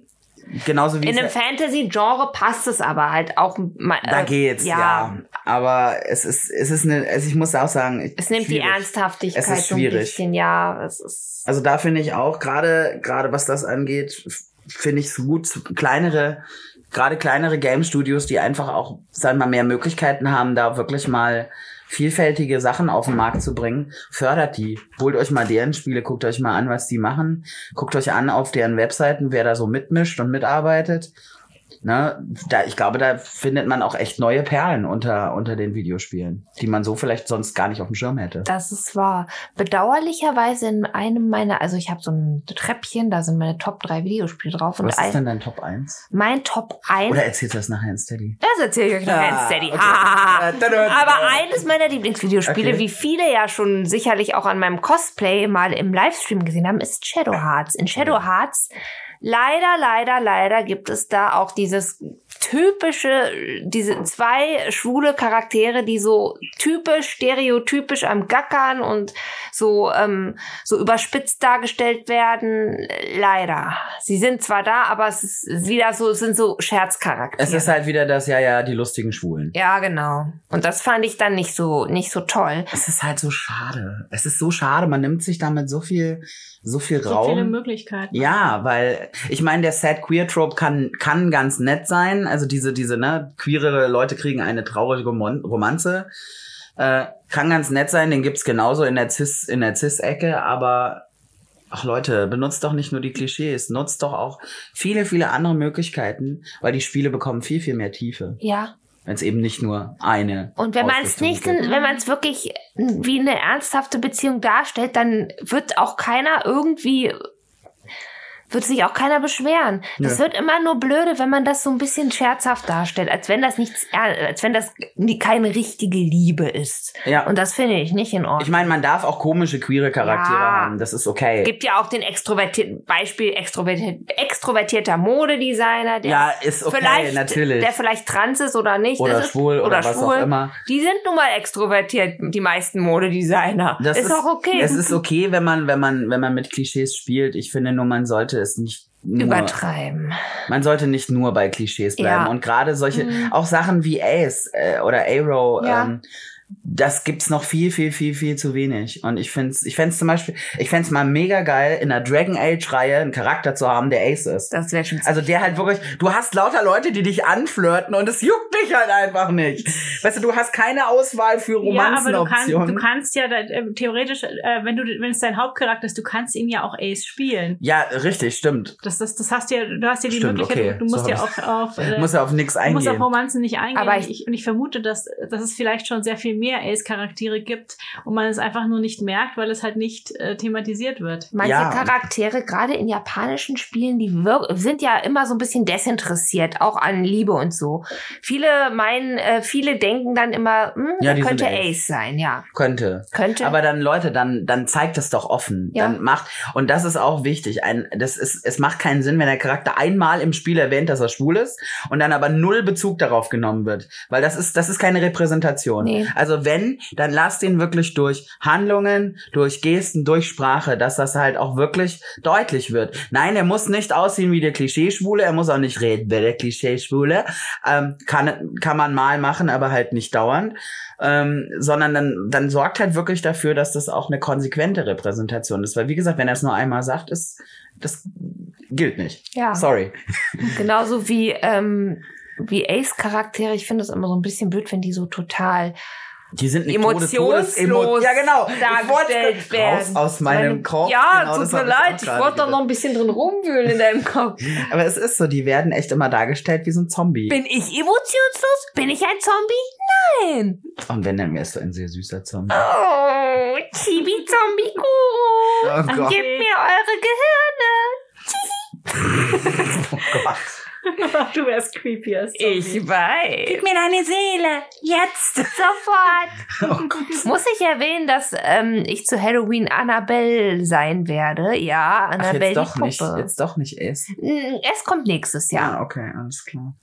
A: genauso wie
C: In einem
A: es,
C: Fantasy-Genre passt es aber halt auch. ma- Äh,
A: da geht's, ja.
C: ja.
A: Aber es ist, es ist eine, also ich muss auch sagen, ich-
C: Es nimmt die
A: schwierig.
C: Ernsthaftigkeit
A: Es ist
C: so ein
A: schwierig.
C: bisschen, ja. Es ist,
A: Also da finde ich auch gerade gerade was das angeht, f- finde ich es gut kleinere gerade kleinere Game Studios, die einfach auch sagen wir mal mehr Möglichkeiten haben, da wirklich mal vielfältige Sachen auf den Markt zu bringen, fördert die. Holt euch mal deren Spiele, guckt euch mal an, was die machen, guckt euch an auf deren Webseiten, wer da so mitmischt und mitarbeitet. Ne, da, ich glaube, da findet man auch echt neue Perlen unter, unter den Videospielen, die man so vielleicht sonst gar nicht auf dem Schirm hätte.
C: das ist wahr. Bedauerlicherweise in einem meiner, also ich habe so ein Treppchen, da sind meine Top 3 Videospiele drauf. Und
A: Was ist
C: ein,
A: denn dein Top 1?
C: mein Top 1
A: Oder erzählst du das nachher in Steady?
C: Das erzähle ich euch noch ganz steady.
A: okay.
C: Ah.
A: Äh, tada.
C: Aber eines meiner Lieblingsvideospiele,
A: Okay.
C: wie viele ja schon sicherlich auch an meinem Cosplay mal im Livestream gesehen haben, ist Shadow Hearts. In Shadow Hearts leider, leider, leider gibt es da auch dieses typische, diese zwei schwule Charaktere, die so typisch, stereotypisch am Gackern und so, ähm, so überspitzt dargestellt werden. Leider. Sie sind zwar da, aber es ist wieder so, es sind so Scherzcharaktere.
A: Es ist halt wieder das, ja, ja, die lustigen Schwulen.
C: Ja, genau. Und das fand ich dann nicht so, nicht so toll.
A: Es ist halt so schade. Es ist so schade. Man nimmt sich damit so viel so viel
B: So
A: Raum.
B: viele Möglichkeiten.
A: Ja, weil ich meine, der Sad Queer Trope kann kann ganz nett sein. Also diese diese ne queere Leute kriegen eine traurige Romon- Romanze. Äh, kann ganz nett sein, den gibt's genauso in der Cis in der Cis Ecke, aber ach Leute, benutzt doch nicht nur die Klischees, nutzt doch auch viele viele andere Möglichkeiten, weil die Spiele bekommen viel viel mehr Tiefe,
C: Ja.
A: wenn es eben nicht nur eine.
C: Und wenn man es
A: Ausrichtung
C: nicht,
A: gibt.
C: in, wenn man es wirklich wie eine ernsthafte Beziehung darstellt, dann wird auch keiner irgendwie wird sich auch keiner beschweren. Das
A: Nö.
C: wird immer nur blöde, wenn man das so ein bisschen scherzhaft darstellt, als wenn das nichts, er- als wenn das nie- keine richtige Liebe ist.
A: Ja.
C: Und das finde ich nicht in Ordnung.
A: ich meine, man darf auch komische queere Charaktere
C: Ja.
A: haben, das ist okay.
C: Es gibt ja auch den extrovertierten Beispiel extrovertiert, extrovertierter Modedesigner, der
A: Ja, ist okay,
C: vielleicht,
A: natürlich.
C: der vielleicht trans ist oder nicht,
A: Oder
C: das ist,
A: schwul oder was auch immer.
C: Die sind nun mal extrovertiert, die meisten Modedesigner.
A: Das
C: ist, auch okay.
A: Es ist okay, wenn man, wenn man, wenn man mit Klischees spielt. Ich finde nur, man sollte es nicht nur,
C: übertreiben.
A: man sollte nicht nur bei Klischees bleiben.
C: Ja. Mhm.
A: Und gerade solche, auch Sachen wie Ace äh, oder Arrow,
C: Ja.
A: ähm, das gibt's noch viel, viel, viel, viel zu wenig. Und ich find's, ich find's zum Beispiel, ich find's mal mega geil, in der Dragon Age Reihe einen Charakter zu haben, der Ace ist.
C: Das wäre schon
A: Also der halt wirklich, du hast lauter Leute, die dich anflirten und es juckt dich halt einfach nicht. Weißt du, du hast keine Auswahl für
B: Ja, aber du
A: Romanzenoptionen.
B: kannst, du kannst ja da, äh, theoretisch, äh, wenn du, wenn es dein Hauptcharakter ist, du kannst ihn ja auch Ace spielen.
A: ja, richtig, stimmt.
B: Das, das, das hast ja, du hast ja die
A: Stimmt,
B: Möglichkeit,
A: okay.
B: du, du musst
A: So
B: ja
A: hab
B: auf, auf, äh,
A: muss ja auf nichts
B: du musst
A: eingehen.
B: auf Romanzen nicht eingehen.
C: Aber
B: ich, ich, und ich vermute, dass, dass es vielleicht schon sehr viel mehr Ace-Charaktere gibt und man es einfach nur nicht merkt, weil es halt nicht äh, thematisiert wird.
C: Manche
A: Ja.
C: Charaktere, gerade in japanischen Spielen, die wir- sind ja immer so ein bisschen desinteressiert, auch an Liebe und so. Viele meinen, äh, viele denken dann immer, hm,
A: Ja,
C: er
A: die sind
C: könnte
A: Ace.
C: Ace sein, ja.
A: könnte.
C: Könnte.
A: Aber dann, Leute, dann, dann zeigt es doch offen.
C: Ja.
A: Dann macht, und das ist auch wichtig. Ein, das ist, es macht keinen Sinn, wenn der Charakter einmal im Spiel erwähnt, dass er schwul ist und dann aber null Bezug darauf genommen wird. Weil das ist, das ist keine Repräsentation.
C: Nee.
A: Also wenn, dann lass den wirklich durch Handlungen, durch Gesten, durch Sprache, dass das halt auch wirklich deutlich wird. Nein, er muss nicht aussehen wie der Klischeeschwule, er muss auch nicht reden wie der Klischeeschwule. Ähm, kann, kann man mal machen, aber halt nicht dauernd. Ähm, sondern dann, dann sorgt halt wirklich dafür, dass das auch eine konsequente Repräsentation ist. Weil wie gesagt, wenn er es nur einmal sagt, ist das gilt nicht.
C: Ja.
A: Sorry.
C: Genauso wie, ähm, wie Ace-Charaktere. Ich finde es immer so ein bisschen blöd, wenn die so total
A: Die sind nicht
C: emotionslos
A: todes- emo- Ja, genau. Ich wollte-
C: dargestellt
A: Raus
C: werden.
A: aus meinem
C: Meine-
A: Kopf.
C: Ja,
A: genau, das
C: tut mir
A: hab ich auch
C: leid. Ich
A: gerade
C: wollte da
A: gedacht.
C: noch ein bisschen drin rumwühlen in deinem Kopf.
A: Aber es ist so, die werden echt immer dargestellt wie so ein Zombie.
C: Bin ich emotionslos? Bin ich ein Zombie? Nein.
A: Und wenn, dann wärst du ein sehr süßer Zombie.
C: Oh, Chibi-Zombie-Guru.
A: Oh Gott.
C: Gebt Also mir eure Gehirne.
A: Oh Gott.
B: du wärst creepy als Zombie.
C: Ich weiß. Gib mir deine Seele. Jetzt. Sofort.
A: Oh Gott.
C: Muss ich erwähnen, dass ähm, ich zu Halloween Annabelle sein werde? Ja,
A: Ach,
C: Annabelle
A: jetzt doch
C: die
A: nicht.
C: Puppe.
A: Jetzt doch nicht es.
C: Mm, Es kommt nächstes Jahr.
A: Ja, okay, alles klar.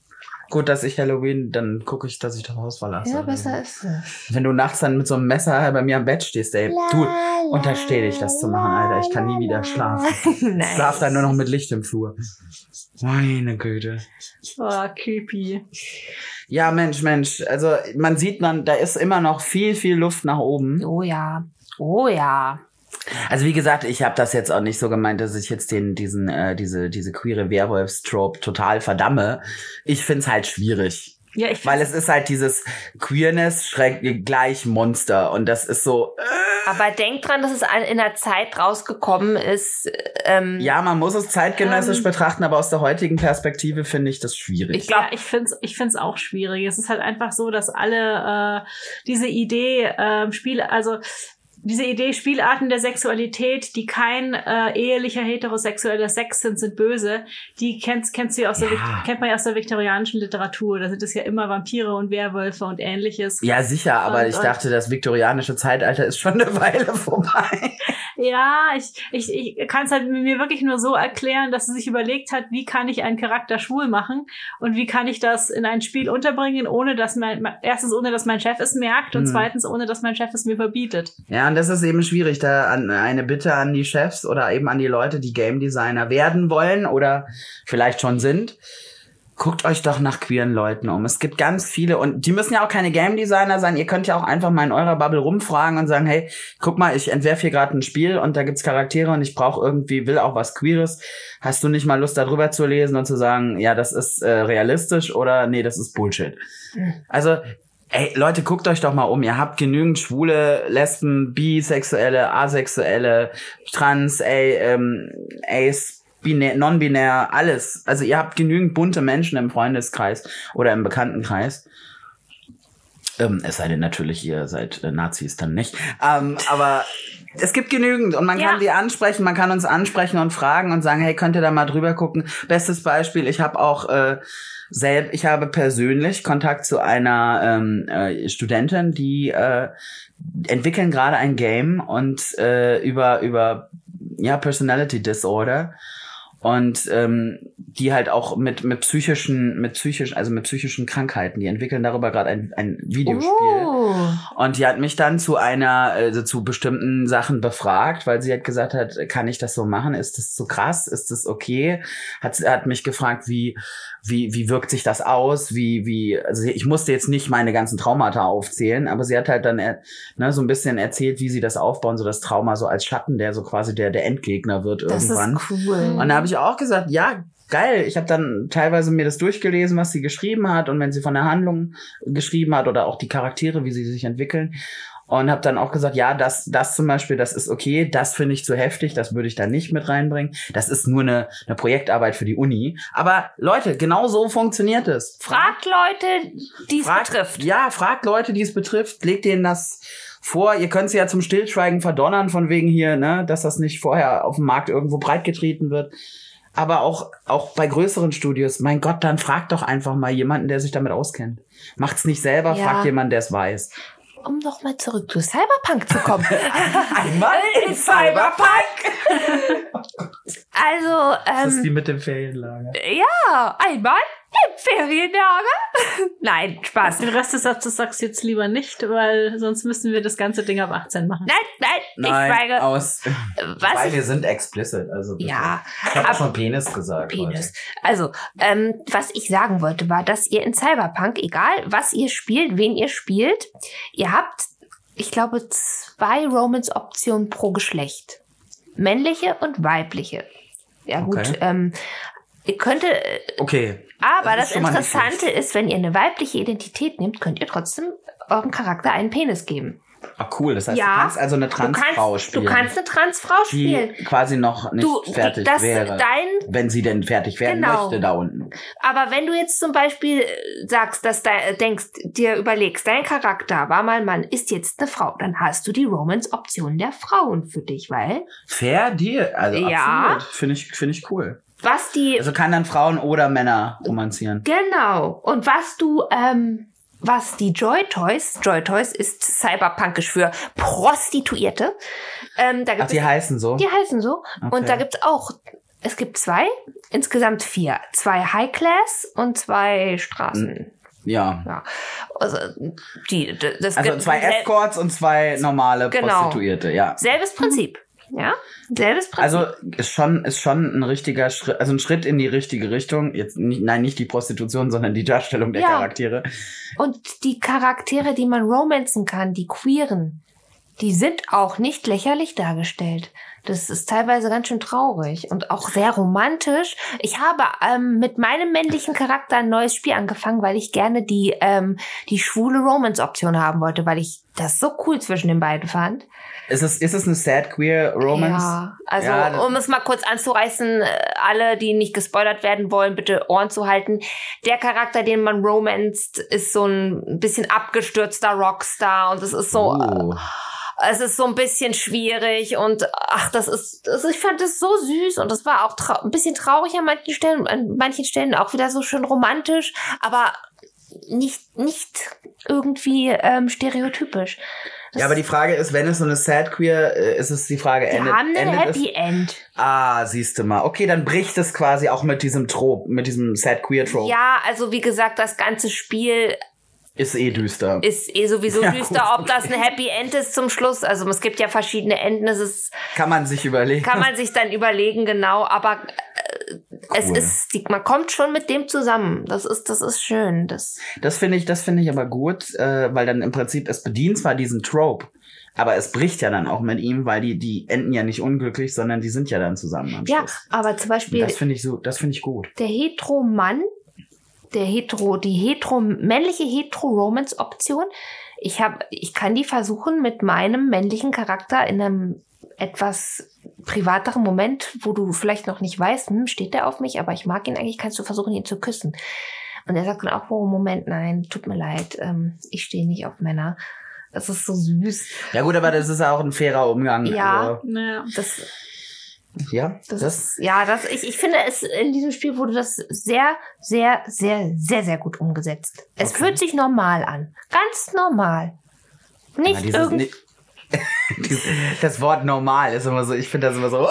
A: Gut, dass ich Halloween, dann gucke ich, dass ich das Haus verlasse.
C: Ja,
A: oder so.
C: besser ist es.
A: Wenn du nachts dann mit so einem Messer bei mir am Bett stehst, ey, Äh, du, untersteh dich, das zu machen, Alter. Ich kann nie wieder schlafen. Ich
C: Nein.
A: schlaf dann nur noch mit Licht im Flur. Meine Güte.
B: Oh, creepy.
A: Ja, Mensch, Mensch. Also man sieht, man, da ist immer noch viel, viel Luft nach oben.
C: Oh ja. Oh ja.
A: Also wie gesagt, ich habe das jetzt auch nicht so gemeint, dass ich jetzt den, diesen, äh, diese, diese queere Werwolfs-Trope total verdamme. Ich find's halt schwierig.
B: Ja, ich
A: Weil es ist halt dieses Queerness schräg- gleich Monster. Und das ist so, äh,
C: Aber denk dran, dass es an- in der Zeit rausgekommen ist. Ähm,
A: ja, man muss es zeitgenössisch
B: Ähm.
A: betrachten, aber aus der heutigen Perspektive finde ich das schwierig.
C: Ich glaub-
B: ja, ich find's, ich find's auch schwierig. Es ist halt einfach so, dass alle äh, diese Idee ähm, Spiel, also diese Idee Spielarten der Sexualität, die kein äh, ehelicher heterosexueller Sex sind, sind böse. Die kennst kennst du ja aus der
A: Ja.
B: Vikt- kennt man ja aus der viktorianischen Literatur. Da sind es ja immer Vampire und Werwölfe und Ähnliches.
A: ja, sicher, aber
B: Und-
A: ich
B: und-
A: dachte, das viktorianische Zeitalter ist schon eine Weile vorbei.
B: Ja, ich, ich, ich kann es halt mir wirklich nur so erklären, dass sie sich überlegt hat, wie kann ich einen Charakter schwul machen und wie kann ich das in ein Spiel unterbringen, ohne dass mein, mein- erstens, ohne dass mein Chef es merkt und
C: Hm.
A: Mhm.
B: zweitens, ohne dass mein Chef es mir verbietet.
A: Ja, und das ist eben schwierig. Da an, eine Bitte an die Chefs oder eben an die Leute, die Game Designer werden wollen oder vielleicht schon sind. guckt euch doch nach queeren Leuten um. Es gibt ganz viele und die müssen ja auch keine Game Designer sein. Ihr könnt ja auch einfach mal in eurer Bubble rumfragen und sagen, hey, guck mal, ich entwerfe hier gerade ein Spiel und da gibt's Charaktere und ich brauche irgendwie, will auch was Queeres. Hast du nicht mal Lust, darüber zu lesen und zu sagen, ja, das ist äh, realistisch oder nee, das ist Bullshit. Also, ey, Leute, guckt euch doch mal um. Ihr habt genügend Schwule, Lesben, Bisexuelle, Asexuelle, Trans, ey, ähm, Ace, binär, non-binär, alles. Also ihr habt genügend bunte Menschen im Freundeskreis oder im Bekanntenkreis. Ähm, es sei denn natürlich, ihr seid äh, Nazis, dann nicht. Ähm, aber es gibt genügend und man
B: Ja.
A: kann die ansprechen, man kann uns ansprechen und fragen und sagen, hey, könnt ihr da mal drüber gucken? Bestes Beispiel, ich habe auch äh, selb, ich habe persönlich Kontakt zu einer ähm, äh, Studentin, die äh, entwickeln gerade ein Game und äh, über über ja Personality Disorder und ähm, die halt auch mit mit psychischen mit psychischen also mit psychischen Krankheiten die entwickeln darüber gerade ein, ein Videospiel
C: Oh.
A: und die hat mich dann zu einer also zu bestimmten Sachen befragt weil sie halt gesagt hat kann ich das so machen ist das zu krass ist das okay hat sie- hat mich gefragt wie wie wie wirkt sich das aus wie wie also ich musste jetzt nicht meine ganzen Traumata aufzählen aber sie hat halt dann äh, ne, so ein bisschen erzählt wie sie das aufbauen so das Trauma so als Schatten der so quasi der der Endgegner wird
C: Das
A: irgendwann
C: ist cool.
A: und da habe ich auch gesagt, ja, geil. Ich habe dann teilweise mir das durchgelesen, was sie geschrieben hat und wenn sie von der Handlung geschrieben hat oder auch die Charaktere, wie sie sich entwickeln. Und habe dann auch gesagt, ja, das, das zum Beispiel, das ist okay, das finde ich zu heftig, das würde ich da nicht mit reinbringen. Das ist nur eine, eine Projektarbeit für die Uni. Aber Leute, genau so funktioniert es.
C: Fragt Leute, die es
A: Fragt-
C: betrifft.
A: Ja, fragt Leute, die es betrifft, legt denen das vor. Ihr könnt sie ja zum Stillschweigen verdonnern, von wegen hier, ne, dass das nicht vorher auf dem Markt irgendwo breitgetreten wird. Aber auch, auch bei größeren Studios, mein Gott, dann fragt doch einfach mal jemanden, der sich damit auskennt. Macht's nicht selber,
C: Ja.
A: fragt jemanden, der es weiß.
C: Um nochmal zurück zu Cyberpunk zu kommen.
A: Einmal in Cyberpunk!
C: also,
A: Das ist
C: ähm,
A: wie mit dem Ferienlager.
C: ja, einmal im Ferienlager. Nein, Spaß.
B: Den Rest des Satzes sagst du jetzt lieber nicht, weil sonst müssen wir das ganze Ding ab 18 machen.
C: Nein, nein, ich schweige.
A: aus.
C: Was
A: Weil
C: ich,
A: wir sind explicit, also. bitte.
C: ja,
A: Ich hab auch schon Penis gesagt.
C: Penis. Also, ähm, was ich sagen wollte, war, dass ihr in Cyberpunk, egal was ihr spielt, wen ihr spielt, ihr habt, ich glaube, zwei Romance-Optionen pro Geschlecht. Männliche und weibliche. Ja gut,
A: Okay.
C: ähm, ihr könnte, äh,
A: Leute. Okay.
C: aber
A: Das
C: das,
A: ist schon mal nicht
C: Interessante ist, wenn ihr eine weibliche Identität nehmt, könnt ihr trotzdem eurem Charakter einen Penis geben.
A: Ah, cool. Das heißt,
C: Ja.
A: du kannst also eine
C: Du
A: Transfrau
C: kannst, du
A: spielen.
C: kannst eine Transfrau
A: die
C: spielen.
A: quasi noch nicht
C: Du,
A: fertig
C: das,
A: wäre.
C: dein
A: wenn sie denn fertig werden
C: Genau.
A: möchte da unten.
C: Aber wenn du jetzt zum Beispiel äh, sagst, dass de äh, denkst, dir überlegst, dein Charakter war mal ein Mann, ist jetzt eine Frau, dann hast du die Romance-Option der Frauen für dich, weil
A: Fair Deal. Also
C: Ja.
A: absolut. Finde ich, finde ich cool.
C: was die
A: Also kann dann Frauen oder Männer romanzieren.
C: genau und was du ähm, was die Joy Toys, Joy Toys ist cyberpunkisch für Prostituierte. Ähm, da
A: Ach,
C: gibt
A: die heißen so.
C: es, die heißen so
A: Okay.
C: und da gibt's auch es gibt zwei, insgesamt vier. Zwei High Class und zwei
A: Hm.
C: Straßen.
A: Ja.
C: Ja. Also, die, d- das
A: Also
C: gibt-
A: zwei Escorts und zwei normale
C: Genau.
A: Prostituierte, ja.
C: Selbes Prinzip. Ja? Selbes Prinzip.
A: Also ist schon, ist schon ein richtiger Schritt, also ein Schritt in die richtige Richtung. Jetzt nicht, nein, nicht die Prostitution, sondern die Darstellung der
C: Ja.
A: Charaktere.
C: und die Charaktere, die man romanzen kann, die queeren, die sind auch nicht lächerlich dargestellt. Das ist teilweise ganz schön traurig und auch sehr romantisch. Ich habe ähm, mit meinem männlichen Charakter ein neues Spiel angefangen, weil ich gerne die, ähm, die schwule Romance-Option haben wollte, weil ich das so cool zwischen den beiden fand.
A: Ist es, ist es eine sad queer romance?
C: Ja, also
A: Ja, das-
C: um es mal kurz anzureißen, äh, alle, die nicht gespoilert werden wollen, bitte Ohren zu halten. Der Charakter, den man romanzt, ist so ein bisschen abgestürzter Rockstar und es ist so,
A: Oh.
C: äh, es ist so ein bisschen schwierig und ach, das ist, das, ich fand das so süß und das war auch trau- ein bisschen traurig an manchen Stellen, an manchen Stellen auch wieder so schön romantisch, aber nicht, nicht irgendwie ähm, stereotypisch.
A: Ja, aber die Frage ist, wenn es so eine sad queer, äh, ist es die Frage,
C: Wir
A: endet,
C: haben ein
A: endet es-
C: Happy End.
A: Ah, siehst du mal. Okay, dann bricht es quasi auch mit diesem Trop, mit diesem sad queer Trop.
C: Ja, also wie gesagt, das ganze Spiel
A: Ist eh düster.
C: ist eh sowieso
A: Ja,
C: düster,
A: gut,
C: ob das ein Happy End ist zum Schluss. Also es gibt ja verschiedene Enden, es ist,
A: Kann man sich überlegen.
C: kann man sich dann überlegen, genau, aber äh, Es ist, die- man kommt schon mit dem zusammen. Das ist, das ist schön. Das,
A: Das finde ich, das finde ich aber gut, äh, weil dann im Prinzip es bedient zwar diesen Trope, aber es bricht ja dann auch mit ihm, weil die die enden ja nicht unglücklich, sondern die sind ja dann zusammen am
C: ja,
A: Schluss.
C: aber zum Beispiel
A: Das finde ich so, das finde ich gut.
C: der Hetero-Mann, der Hetero, die Hetero, männliche Hetero-Romance-Option, ich habe, ich kann die versuchen mit meinem männlichen Charakter in einem etwas privateren Moment, wo du vielleicht noch nicht weißt, hm, steht der auf mich, aber ich mag ihn eigentlich, kannst du versuchen, ihn zu küssen. Und er sagt dann auch, oh, Moment, nein, tut mir leid, ähm, ich stehe nicht auf Männer. Das ist so süß.
A: Ja gut, aber das ist ja auch ein fairer Umgang.
C: Ja.
B: Naja.
C: Das,
A: Also, ja.
C: Das, ist, ja, das, ich, ich finde, es in diesem Spiel wurde das sehr, sehr, sehr, sehr, sehr gut umgesetzt. Es
A: Okay.
C: fühlt sich normal an. Ganz normal.
A: Ja,
C: Nicht
A: dieses
C: irgend.
A: ni- dieses- das Wort normal ist immer so, ich finde das immer so, oh,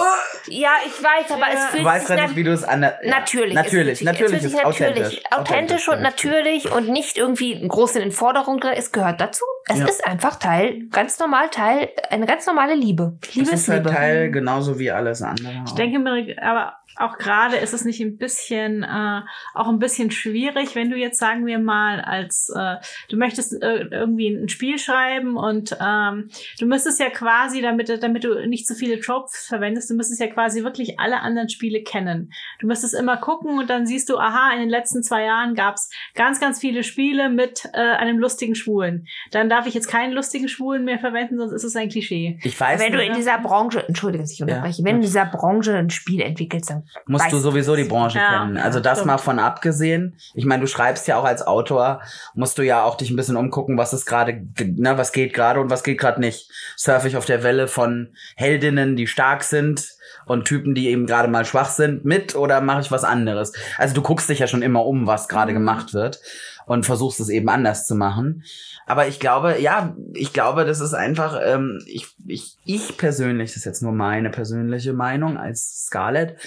C: Ja, ich weiß, aber es
B: Ja.
A: du
C: fühlt
A: weißt
C: sich
A: ja nicht, wie du es anders.
C: natürlich. es fühlt
A: Natürlich,
C: sich-
A: natürlich, ist
C: es fühlt sich natürlich
A: authentisch.
C: authentisch, und natürlich und nicht irgendwie groß in den Vordergrund. gerückt. Es gehört dazu. Es
A: Ja.
C: ist einfach Teil, ganz normal Teil, eine ganz normale Liebe.
A: Das ist ein
C: Liebesliebe.
A: Teil genauso wie alles andere.
B: Ich denke mir, aber auch gerade ist es nicht ein bisschen, äh, auch ein bisschen schwierig, wenn du jetzt, sagen wir mal, als äh, du möchtest äh, irgendwie ein Spiel schreiben und ähm, du müsstest ja quasi, damit, damit du nicht zu viele Tropes verwendest, du müsstest ja quasi wirklich alle anderen Spiele kennen. Du müsstest immer gucken und dann siehst du, aha, in den letzten zwei Jahren gab's ganz, ganz viele Spiele mit äh, einem lustigen Schwulen. Dann darf ich jetzt keinen lustigen Schwulen mehr verwenden, sonst ist es ein Klischee.
A: ich weiß
C: Wenn du
A: nicht,
C: in dieser Branche, entschuldige, dass ich unterbreche, wenn du in dieser Branche ein Spiel entwickelst, dann
A: musst du
C: weißt
A: sowieso die Branche
B: Ja,
A: kennen. Also das
B: stimmt.
A: mal von abgesehen. Ich meine, du schreibst ja auch als Autor, musst du ja auch dich ein bisschen umgucken, was ist gerade, ge- ne, was geht gerade und was geht gerade nicht. Surfe ich auf der Welle von Heldinnen, die stark sind und Typen, die eben gerade mal schwach sind, mit oder mache ich was anderes? Also du guckst dich ja schon immer um, was
B: Mhm.
A: gerade gemacht wird und versuchst es eben anders zu machen. Aber ich glaube, ja, ich glaube, das ist einfach, ähm, ich, ich, ich persönlich, das ist jetzt nur meine persönliche Meinung als Scarlett,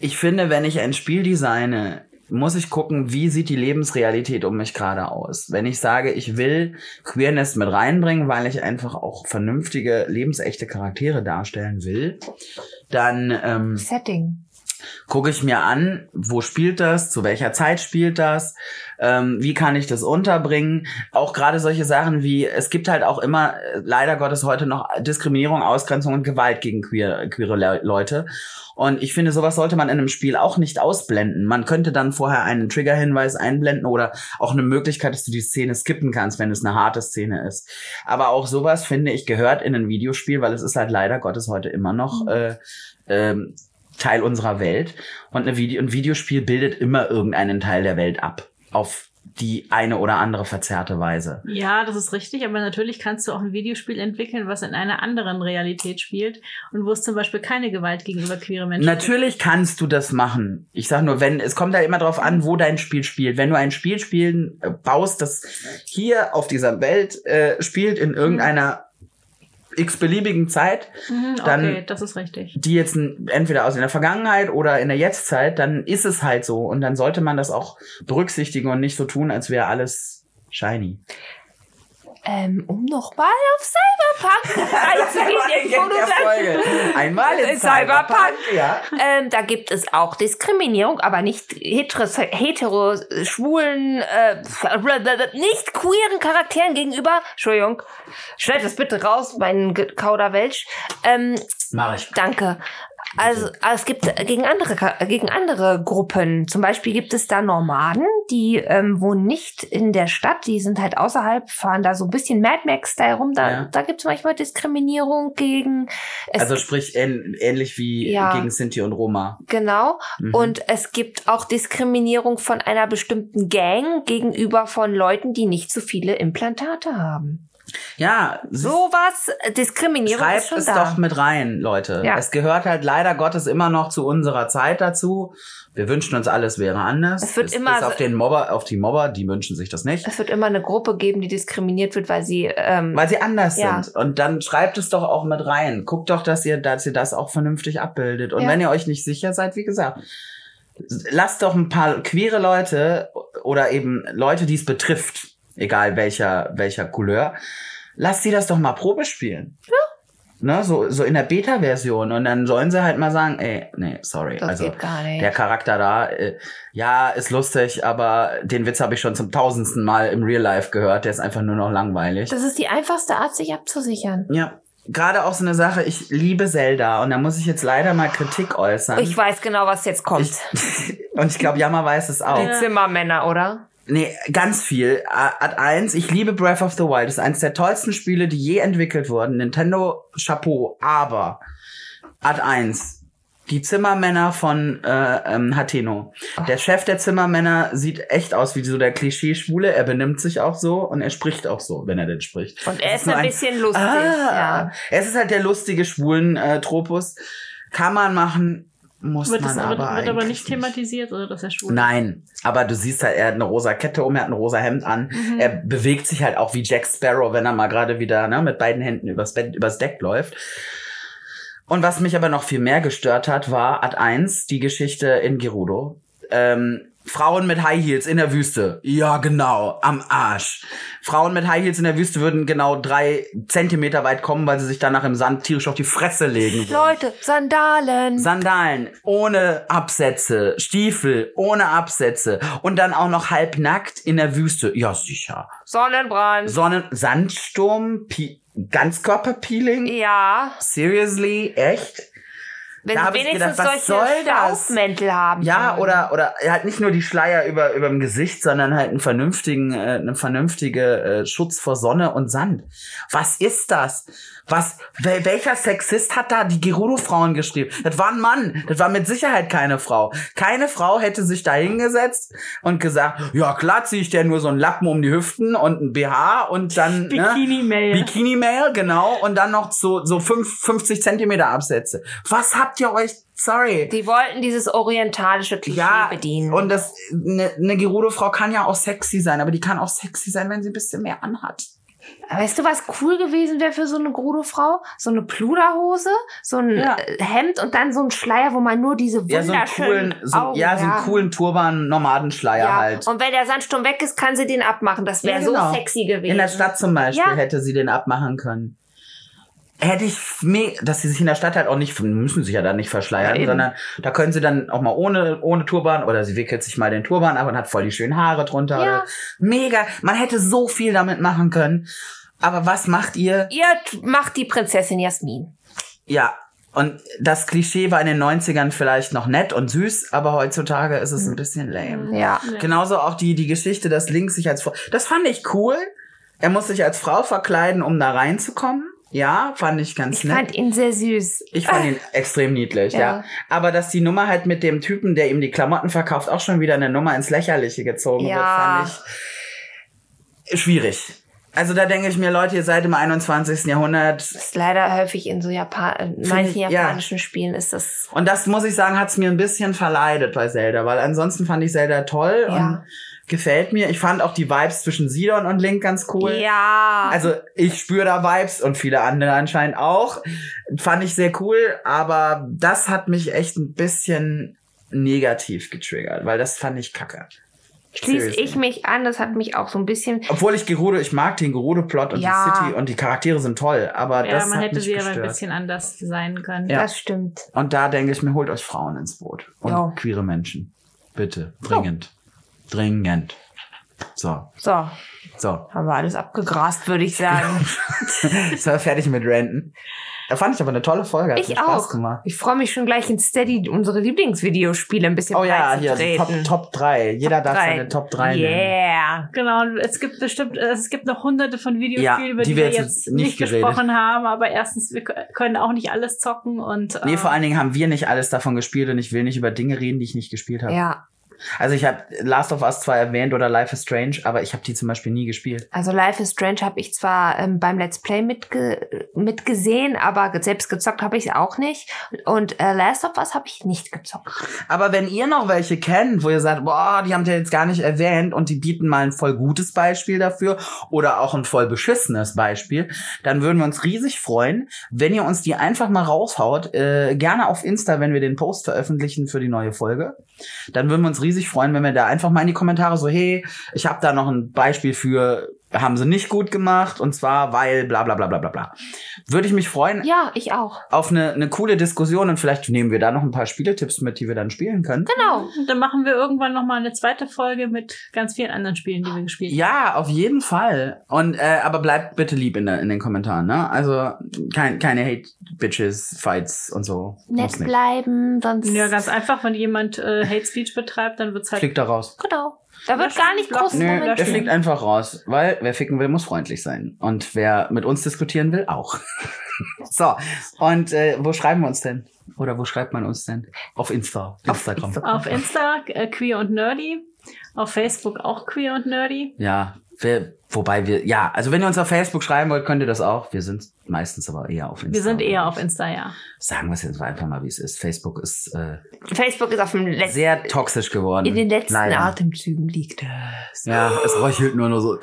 A: ich finde, wenn ich ein Spiel designe, muss ich gucken, wie sieht die Lebensrealität um mich gerade aus. Wenn ich sage, ich will Queerness mit reinbringen, weil ich einfach auch vernünftige, lebensechte Charaktere darstellen will, dann ähm,
C: Setting.
A: gucke ich mir an, wo spielt das, zu welcher Zeit spielt das, ähm, wie kann ich das unterbringen. Auch gerade solche Sachen wie, es gibt halt auch immer, äh, leider Gottes heute noch Diskriminierung, Ausgrenzung und Gewalt gegen queer, queere Le Leute. Und ich finde, sowas sollte man in einem Spiel auch nicht ausblenden. Man könnte dann vorher einen Triggerhinweis einblenden oder auch eine Möglichkeit, dass du die Szene skippen kannst, wenn es eine harte Szene ist. Aber auch sowas, finde ich, gehört in ein Videospiel, weil es ist halt leider Gottes heute immer noch äh, ähm, Teil unserer Welt. Und eine Video ein Videospiel bildet immer irgendeinen Teil der Welt ab. Auf die eine oder andere verzerrte Weise.
B: Ja, das ist richtig, aber natürlich kannst du auch ein Videospiel entwickeln, was in einer anderen Realität spielt und wo es zum Beispiel keine Gewalt gegenüber queere Menschen
A: Natürlich kannst du das machen. Ich sag nur, wenn, es kommt ja immer drauf an, wo dein Spiel spielt. Wenn du ein Spiel spielen äh, baust, das hier auf dieser Welt äh, spielt in irgendeiner x-beliebigen Zeit,
B: gibt. Mhm, okay,
A: dann-
B: das ist richtig.
A: die jetzt n- entweder aus in der Vergangenheit oder in der Jetztzeit, dann ist es halt so. Und dann sollte man das auch berücksichtigen und nicht so tun, als wäre alles shiny.
C: Ähm, um nochmal auf Cyberpunk einzugehen, jetzt wo du sagst,
A: Einmal in
C: In Cyberpunk.
A: Cyberpunk. Ja.
C: ähm, da gibt es auch Diskriminierung, aber nicht heteros, hetero, schwulen, äh, nicht queeren Charakteren gegenüber. Entschuldigung, schneid das bitte raus, mein Ge- Kauderwelsch. Ähm,
A: Mach ich.
C: Danke. Also, also es gibt gegen andere, Ka- gegen andere Gruppen. Zum Beispiel gibt es da Nomaden, die ähm, wohnen nicht in der Stadt, die sind halt außerhalb, fahren da so ein bisschen Mad Max-Style rum. Da,
A: Ja.
C: da gibt es manchmal Diskriminierung gegen. Es,
A: Also sprich ähn ähnlich wie
C: Ja.
A: gegen Sinti und Roma.
C: genau.
A: Mhm.
C: Und es gibt auch Diskriminierung von einer bestimmten Gang gegenüber von Leuten, die nicht so viele Implantate haben.
A: ja,
C: Sowas, äh, Diskriminierung ist
A: Schreibt
C: schon
A: es
C: da.
A: doch mit rein, Leute.
C: Ja.
A: Es gehört halt leider Gottes immer noch zu unserer Zeit dazu. Wir wünschen uns, alles wäre anders.
C: Es wird
A: bis,
C: immer
A: bis
C: so-
A: auf den Mobber, auf die Mobber, die wünschen sich das nicht.
C: es wird immer eine Gruppe geben, die diskriminiert wird, weil sie ähm,
A: Weil sie anders
C: Ja.
A: sind. Und dann schreibt es doch auch mit rein. Guckt doch, dass ihr, dass ihr das auch vernünftig abbildet. Und
C: Ja.
A: wenn ihr euch nicht sicher seid, wie gesagt, lasst doch ein paar queere Leute oder eben Leute, die es betrifft, egal welcher, welcher Couleur, lasst sie das doch mal Probe spielen. ne, so, so in der Beta-Version. Und dann sollen sie halt mal sagen, ey, nee, sorry.
C: Das
A: also
C: geht gar nicht.
A: der Charakter da, äh, ja, ist lustig, aber den Witz habe ich schon zum tausendsten Mal im Real Life gehört. Der ist einfach nur noch langweilig.
C: Das ist die einfachste Art, sich abzusichern.
A: ja. Gerade auch so eine Sache, ich liebe Zelda und da muss ich jetzt leider mal Kritik äußern.
C: Ich weiß genau, was jetzt kommt.
A: und ich glaube, Jammer weiß es auch.
C: die Zimmermänner, oder?
A: Nee, ganz viel. Ad 1, ich liebe Breath of the Wild. Das ist eines der tollsten Spiele, die je entwickelt wurden. Nintendo Chapeau. Aber Ad 1, die Zimmermänner von äh, ähm, Hateno. Der Chef der Zimmermänner sieht echt aus wie so der Klischee-Schwule. Er benimmt sich auch so und er spricht auch so, wenn er denn spricht.
C: Und er
A: Es
C: ist ein
A: nur
C: bisschen lustig,
A: Ah,
C: ja.
A: Es ist halt der lustige Schwulen-Tropus. Kann man machen, muss
B: Wird,
A: man
B: das,
A: aber
B: wird, wird aber
A: eigentlich
B: nicht thematisiert, also dass er schwul ist.
A: Nein, aber du siehst halt, er hat eine rosa Kette um, er hat ein rosa Hemd an. Er bewegt sich halt auch wie Jack Sparrow, wenn er mal gerade wieder ne, mit beiden Händen übers, Bett, übers Deck läuft. Und was mich aber noch viel mehr gestört hat, war Ad 1, die Geschichte in Gerudo. Ähm, Frauen mit High Heels in der Wüste. Ja, genau, am Arsch. Frauen mit High Heels in der Wüste würden genau drei Zentimeter weit kommen, weil sie sich danach im Sand tierisch auf die Fresse legen. würden.
C: Leute, Sandalen.
A: Sandalen ohne Absätze, Stiefel ohne Absätze und dann auch noch halbnackt in der Wüste. Ja, sicher.
C: Sonnenbrand.
A: Sonnen Sandsturm, Pi Ganzkörperpeeling?
C: ja.
A: Seriously? Echt?
C: Wenn
A: Da
C: sie
A: hab ich
C: wenigstens
A: gedacht, was
C: solche
A: soll das?
C: Staubmäntel haben.
A: Ja, oder, oder halt nicht nur die Schleier über, über dem Gesicht, sondern halt einen vernünftigen, äh, eine vernünftige äh, Schutz vor Sonne und Sand. Was ist das? Was, wel, welcher Sexist hat da die Gerudo-Frauen geschrieben? Das war ein Mann. Das war mit Sicherheit keine Frau. Keine Frau hätte sich da hingesetzt und gesagt, ja klar zieh ich dir nur so einen Lappen um die Hüften und ein BH und dann, ne?
B: Bikini-Mail.
A: Bikini Mail, genau, und dann noch so, so fünf, 50 Zentimeter Absätze. Was habt ihr euch, sorry.
C: Die wollten dieses orientalische Klischee
A: Ja,
C: bedienen.
A: und das eine ne, Gerudo-Frau kann ja auch sexy sein, aber die kann auch sexy sein, wenn sie ein bisschen mehr anhat.
C: Weißt du, was cool gewesen wäre für so eine Grudo-Frau? So eine Pluderhose, so ein
B: Ja.
C: äh, Hemd und dann so ein Schleier, wo man nur diese
A: Ja,
C: wunderschönen
A: so einen coolen, so,
C: Augen
A: ja, so einen
C: haben.
A: coolen Turban-Nomadenschleier
C: Ja,
A: halt.
C: Und wenn der Sandsturm weg ist, kann sie den abmachen. Das wäre
A: Ja, genau.
C: so sexy gewesen.
A: In der Stadt zum Beispiel
C: Ja.
A: hätte sie den abmachen können. Hätte ich mir, dass sie sich in der Stadt halt auch nicht, müssen sich ja da nicht verschleiern,
C: Ja, eben.
A: sondern da können sie dann auch mal ohne, ohne Turban oder sie wickelt sich mal den Turban ab und hat voll die schönen Haare drunter.
C: Ja.
A: Oder, mega. Man hätte so viel damit machen können. Aber was macht ihr?
C: Ihr t- macht die Prinzessin Jasmin.
A: Ja, und das Klischee war in den 90ern vielleicht noch nett und süß, aber heutzutage ist es ein bisschen lame.
C: Ja.
A: Genauso auch die, die Geschichte, dass Link sich als Frau. Das fand ich cool. Er muss sich als Frau verkleiden, um da reinzukommen. Ja, fand ich ganz
C: Ich
A: nett.
C: fand ihn sehr süß.
A: ich fand ihn extrem niedlich, ja.
C: Ja.
A: Aber dass die Nummer halt mit dem Typen, der ihm die Klamotten verkauft, auch schon wieder eine Nummer ins Lächerliche gezogen
C: Ja.
A: wird, fand ich schwierig. Also da denke ich mir, Leute, ihr seid im 21. Jahrhundert,
C: Das ist leider häufig in so Japan in manchen
A: ich- ja.
C: japanischen Spielen ist das.
A: Und das muss ich sagen, hat's mir ein bisschen verleidet bei Zelda, weil ansonsten fand ich Zelda toll
C: Ja.
A: und gefällt mir. Ich fand auch die Vibes zwischen Sidon und Link ganz cool.
C: Ja.
A: Also ich spüre da Vibes und viele andere anscheinend auch. Fand ich sehr cool, aber das hat mich echt ein bisschen negativ getriggert, weil das fand ich kacke.
C: schließe
A: seriously.
C: ich mich an. Das hat mich auch so ein bisschen.
A: Obwohl ich Gerudo, ich mag den Gerudo-Plot und
C: Ja.
A: die City und die Charaktere sind toll, aber
B: Ja,
A: das
B: man
A: hat
B: hätte
A: mich
B: sie aber
A: gestört.
B: ein bisschen anders sein können.
A: Ja.
C: Das stimmt.
A: Und da denke ich mir, holt euch Frauen ins Boot. Und
C: Ja.
A: queere Menschen. Bitte. Dringend. Dringend. So,
C: So,
A: so.
C: haben wir alles abgegrast, würde ich sagen.
A: Jetzt war fertig mit Ranten. Da fand ich aber eine tolle Folge. Hat mir
C: ich
A: Spaß
C: auch.
A: Gemacht.
C: Ich freue mich schon gleich in Steady unsere Lieblingsvideospiele ein bisschen
A: Oh ja, hier, also
C: beizutreten.
A: Top, Top 3. Jeder darf
C: drei.
A: seine Top 3 nennen.
C: Yeah.
B: Genau, und es gibt bestimmt, äh, es gibt noch hunderte von Videospielen,
A: Ja,
B: über
A: die
B: die,
A: wir
B: wir
A: jetzt
B: jetzt
A: nicht
B: nicht
A: geredet.
B: gesprochen haben, aber erstens, wir k- können auch nicht alles zocken und
A: Nee,
B: äh,
A: vor allen Dingen haben wir nicht alles davon gespielt und ich will nicht über Dinge reden, die ich nicht gespielt habe.
C: Ja.
A: Also ich habe Last of Us zwar erwähnt oder Life is Strange, aber ich habe die zum Beispiel nie gespielt.
C: Also Life is Strange habe ich zwar ähm, beim Let's Play mitge mitgesehen, aber ge- selbst gezockt habe ich es auch nicht. Und äh, Last of Us habe ich nicht gezockt.
A: Aber wenn ihr noch welche kennt, wo ihr sagt, boah, die haben ihr jetzt gar nicht erwähnt und die bieten mal ein voll gutes Beispiel dafür oder auch ein voll beschissenes Beispiel, dann würden wir uns riesig freuen, wenn ihr uns die einfach mal raushaut. Äh, gerne auf Insta, wenn wir den Post veröffentlichen für die neue Folge. Dann würden wir uns riesig freuen, wenn wir da einfach mal in die Kommentare so, hey, ich habe da noch ein Beispiel für haben sie nicht gut gemacht und zwar weil bla bla bla bla bla bla. Würde ich mich freuen
C: Ja, ich auch.
A: auf eine, eine coole Diskussion und vielleicht nehmen wir da noch ein paar Spieletipps mit, die wir dann spielen können.
C: Genau.
B: Und dann machen wir irgendwann nochmal eine zweite Folge mit ganz vielen anderen Spielen, die wir gespielt haben.
A: Ja, auf jeden Fall. Und äh, aber bleibt bitte lieb in, der, in den Kommentaren, ne? Also kein, keine Hate Bitches, Fights und so.
C: Nett
A: Muss nicht.
C: bleiben, sonst.
B: Ja, ganz einfach, wenn jemand äh, Hate Speech betreibt, dann wird's halt
A: Fliegt da raus.
C: Genau. Da wird
B: Löschen,
C: gar nicht
B: blocken.
C: groß
A: Nö,
B: Moment,
A: er
B: stimmt.
A: fliegt einfach raus, weil wer ficken will, muss freundlich sein. Und wer mit uns diskutieren will, auch. so, und äh, wo schreiben wir uns denn? Oder wo schreibt man uns denn? Auf Insta. Instagram.
B: auf Insta äh, queer und nerdy, auf Facebook auch queer und nerdy.
A: Ja, wir, wobei wir, ja, also wenn ihr uns auf Facebook schreiben wollt, könnt ihr das auch. Wir sind meistens aber eher auf Insta.
B: Wir sind eher auf Insta, ja.
A: Sagen wir es jetzt einfach mal, wie es ist. Facebook ist äh,
C: Facebook ist auf dem letzten.
A: sehr toxisch geworden.
C: in den letzten
A: Leider.
C: Atemzügen liegt es.
A: Ja, es röchelt nur nur so.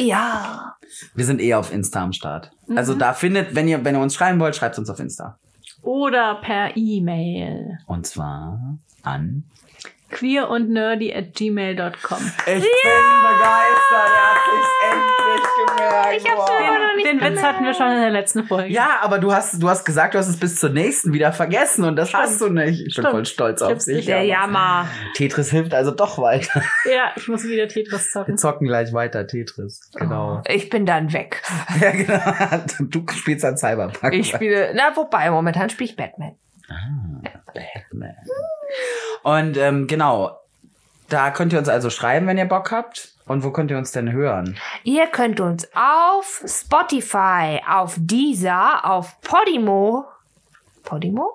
C: Ja.
A: Wir sind eher auf Insta am Start.
C: Mhm.
A: Also da findet, wenn ihr, wenn ihr uns schreiben wollt, schreibt uns auf Insta.
B: Oder per E-Mail.
A: Und zwar an
B: queer und nerdy at gmail.com.
A: Ich bin begeistert, er hat sich's endlich gemerkt.
C: Ich hab's selber noch nicht
B: Den Witz hatten wir schon in der letzten Folge.
A: Ja, aber du hast, du hast gesagt, du hast es bis zur nächsten wieder vergessen und das hast du nicht. Ich bin
B: Stimmt.
A: voll stolz
B: Ich
A: auf
B: hab's
A: dich.
B: nicht. Der
C: Jammer.
A: Tetris hilft also doch weiter.
B: ja ich muss wieder Tetris
A: Wir
B: zocken.
A: zocken gleich weiter Tetris. Genau.
C: Ich bin dann weg.
A: Ja, genau. Du spielst an Cyberpunk.
C: Ich spiele, na, wobei, momentan spiele ich Batman.
A: Batman. Und ähm, genau, da könnt ihr uns also schreiben, wenn ihr Bock habt. Und wo könnt ihr uns denn hören?
C: Ihr könnt uns auf Spotify, auf Deezer, auf Podimo. Podimo?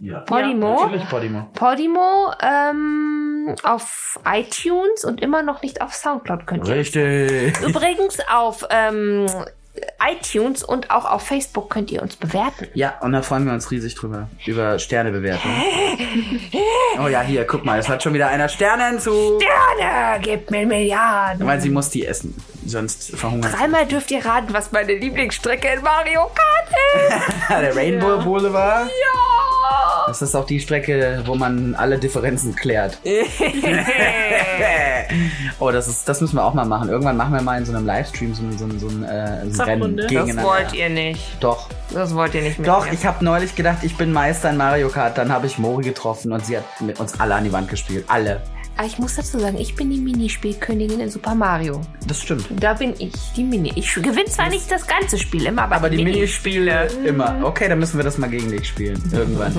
A: Ja.
C: Podimo?
A: Natürlich Podimo.
C: Podimo, ähm, auf iTunes und immer noch nicht auf Soundcloud könnt ihr.
A: Richtig.
C: Übrigens auf ähm, iTunes und auch auf Facebook könnt ihr uns bewerten.
A: Ja, und da freuen wir uns riesig drüber. Über Sternebewertung. Oh ja, hier, guck mal, es hat schon wieder einer Sterne zu.
C: Gerne, gebt mir Milliarden.
A: Weil sie muss die essen. Sonst verhungert sie.
C: Dreimal dürft ihr raten, was meine Lieblingsstrecke in Mario Kart ist.
A: Ah, Der Rainbow Boulevard.
C: Ja.
A: Das ist auch die Strecke, wo man alle Differenzen klärt. oh, das ist, das müssen wir auch mal machen. Irgendwann machen wir mal in so einem Livestream so ein, so ein, so ein, äh, so ein Rennen
B: Sachrunde. Das
A: gegeneinander.
C: ihr nicht.
A: Doch,
C: Das wollt ihr nicht mit
A: doch.
C: mir.
A: Ich habe neulich gedacht, ich bin Meister in Mario Kart. Dann habe ich Mori getroffen und sie hat mit uns alle an die Wand gespielt. Alle.
C: Aber ich muss dazu sagen, ich bin die Minispielkönigin in Super Mario.
A: Das stimmt.
C: Da bin ich die Mini. Ich gewinne zwar nicht das ganze Spiel immer, aber,
A: Aber die
C: Mini-
A: Minispiele immer. Okay, dann müssen wir das mal gegen dich spielen. Irgendwann.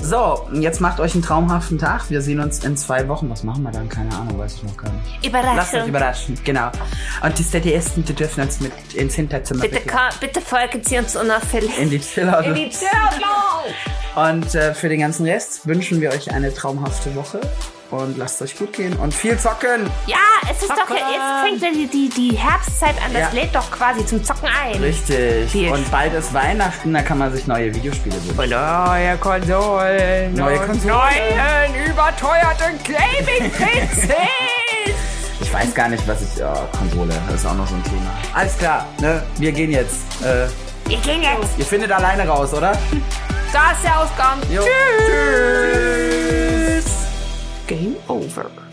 A: so, jetzt macht euch einen traumhaften Tag. Wir sehen uns in zwei Wochen. Was machen wir dann? Keine Ahnung, weiß ich noch gar nicht. Lasst euch
C: Überraschung.
A: überraschen, genau. Und die ZDSen, die dürfen uns mit ins Hinterzimmer
C: Bitte,
A: wickeln.
C: ka- bitte folgen Sie uns unauffällig.
A: in die
C: In
A: Chiller.
C: die Tür.
A: Und äh, für den ganzen Rest wünschen wir euch eine traumhafte Woche. Und lasst euch gut gehen und viel zocken.
C: Ja, es ist doch, jetzt fängt ja die, die, die Herbstzeit an. Das
A: Ja.
C: lädt doch quasi zum Zocken ein.
A: Richtig.
C: Viel
A: Und bald ist Weihnachten, da kann man sich neue Videospiele wünschen.
C: Neue Konsolen.
A: Neue Konsolen.
C: Neuen überteuerten Gaming-PCs.
A: Ich weiß gar nicht, was ich. Oh, Konsole, das ist auch noch so ein Thema. Alles klar, ne? Wir gehen jetzt. Äh,
C: Wir gehen jetzt.
A: ihr findet alleine raus, oder?
C: Da ist der Ausgang.
A: Jo. Tschüss.
C: Game over.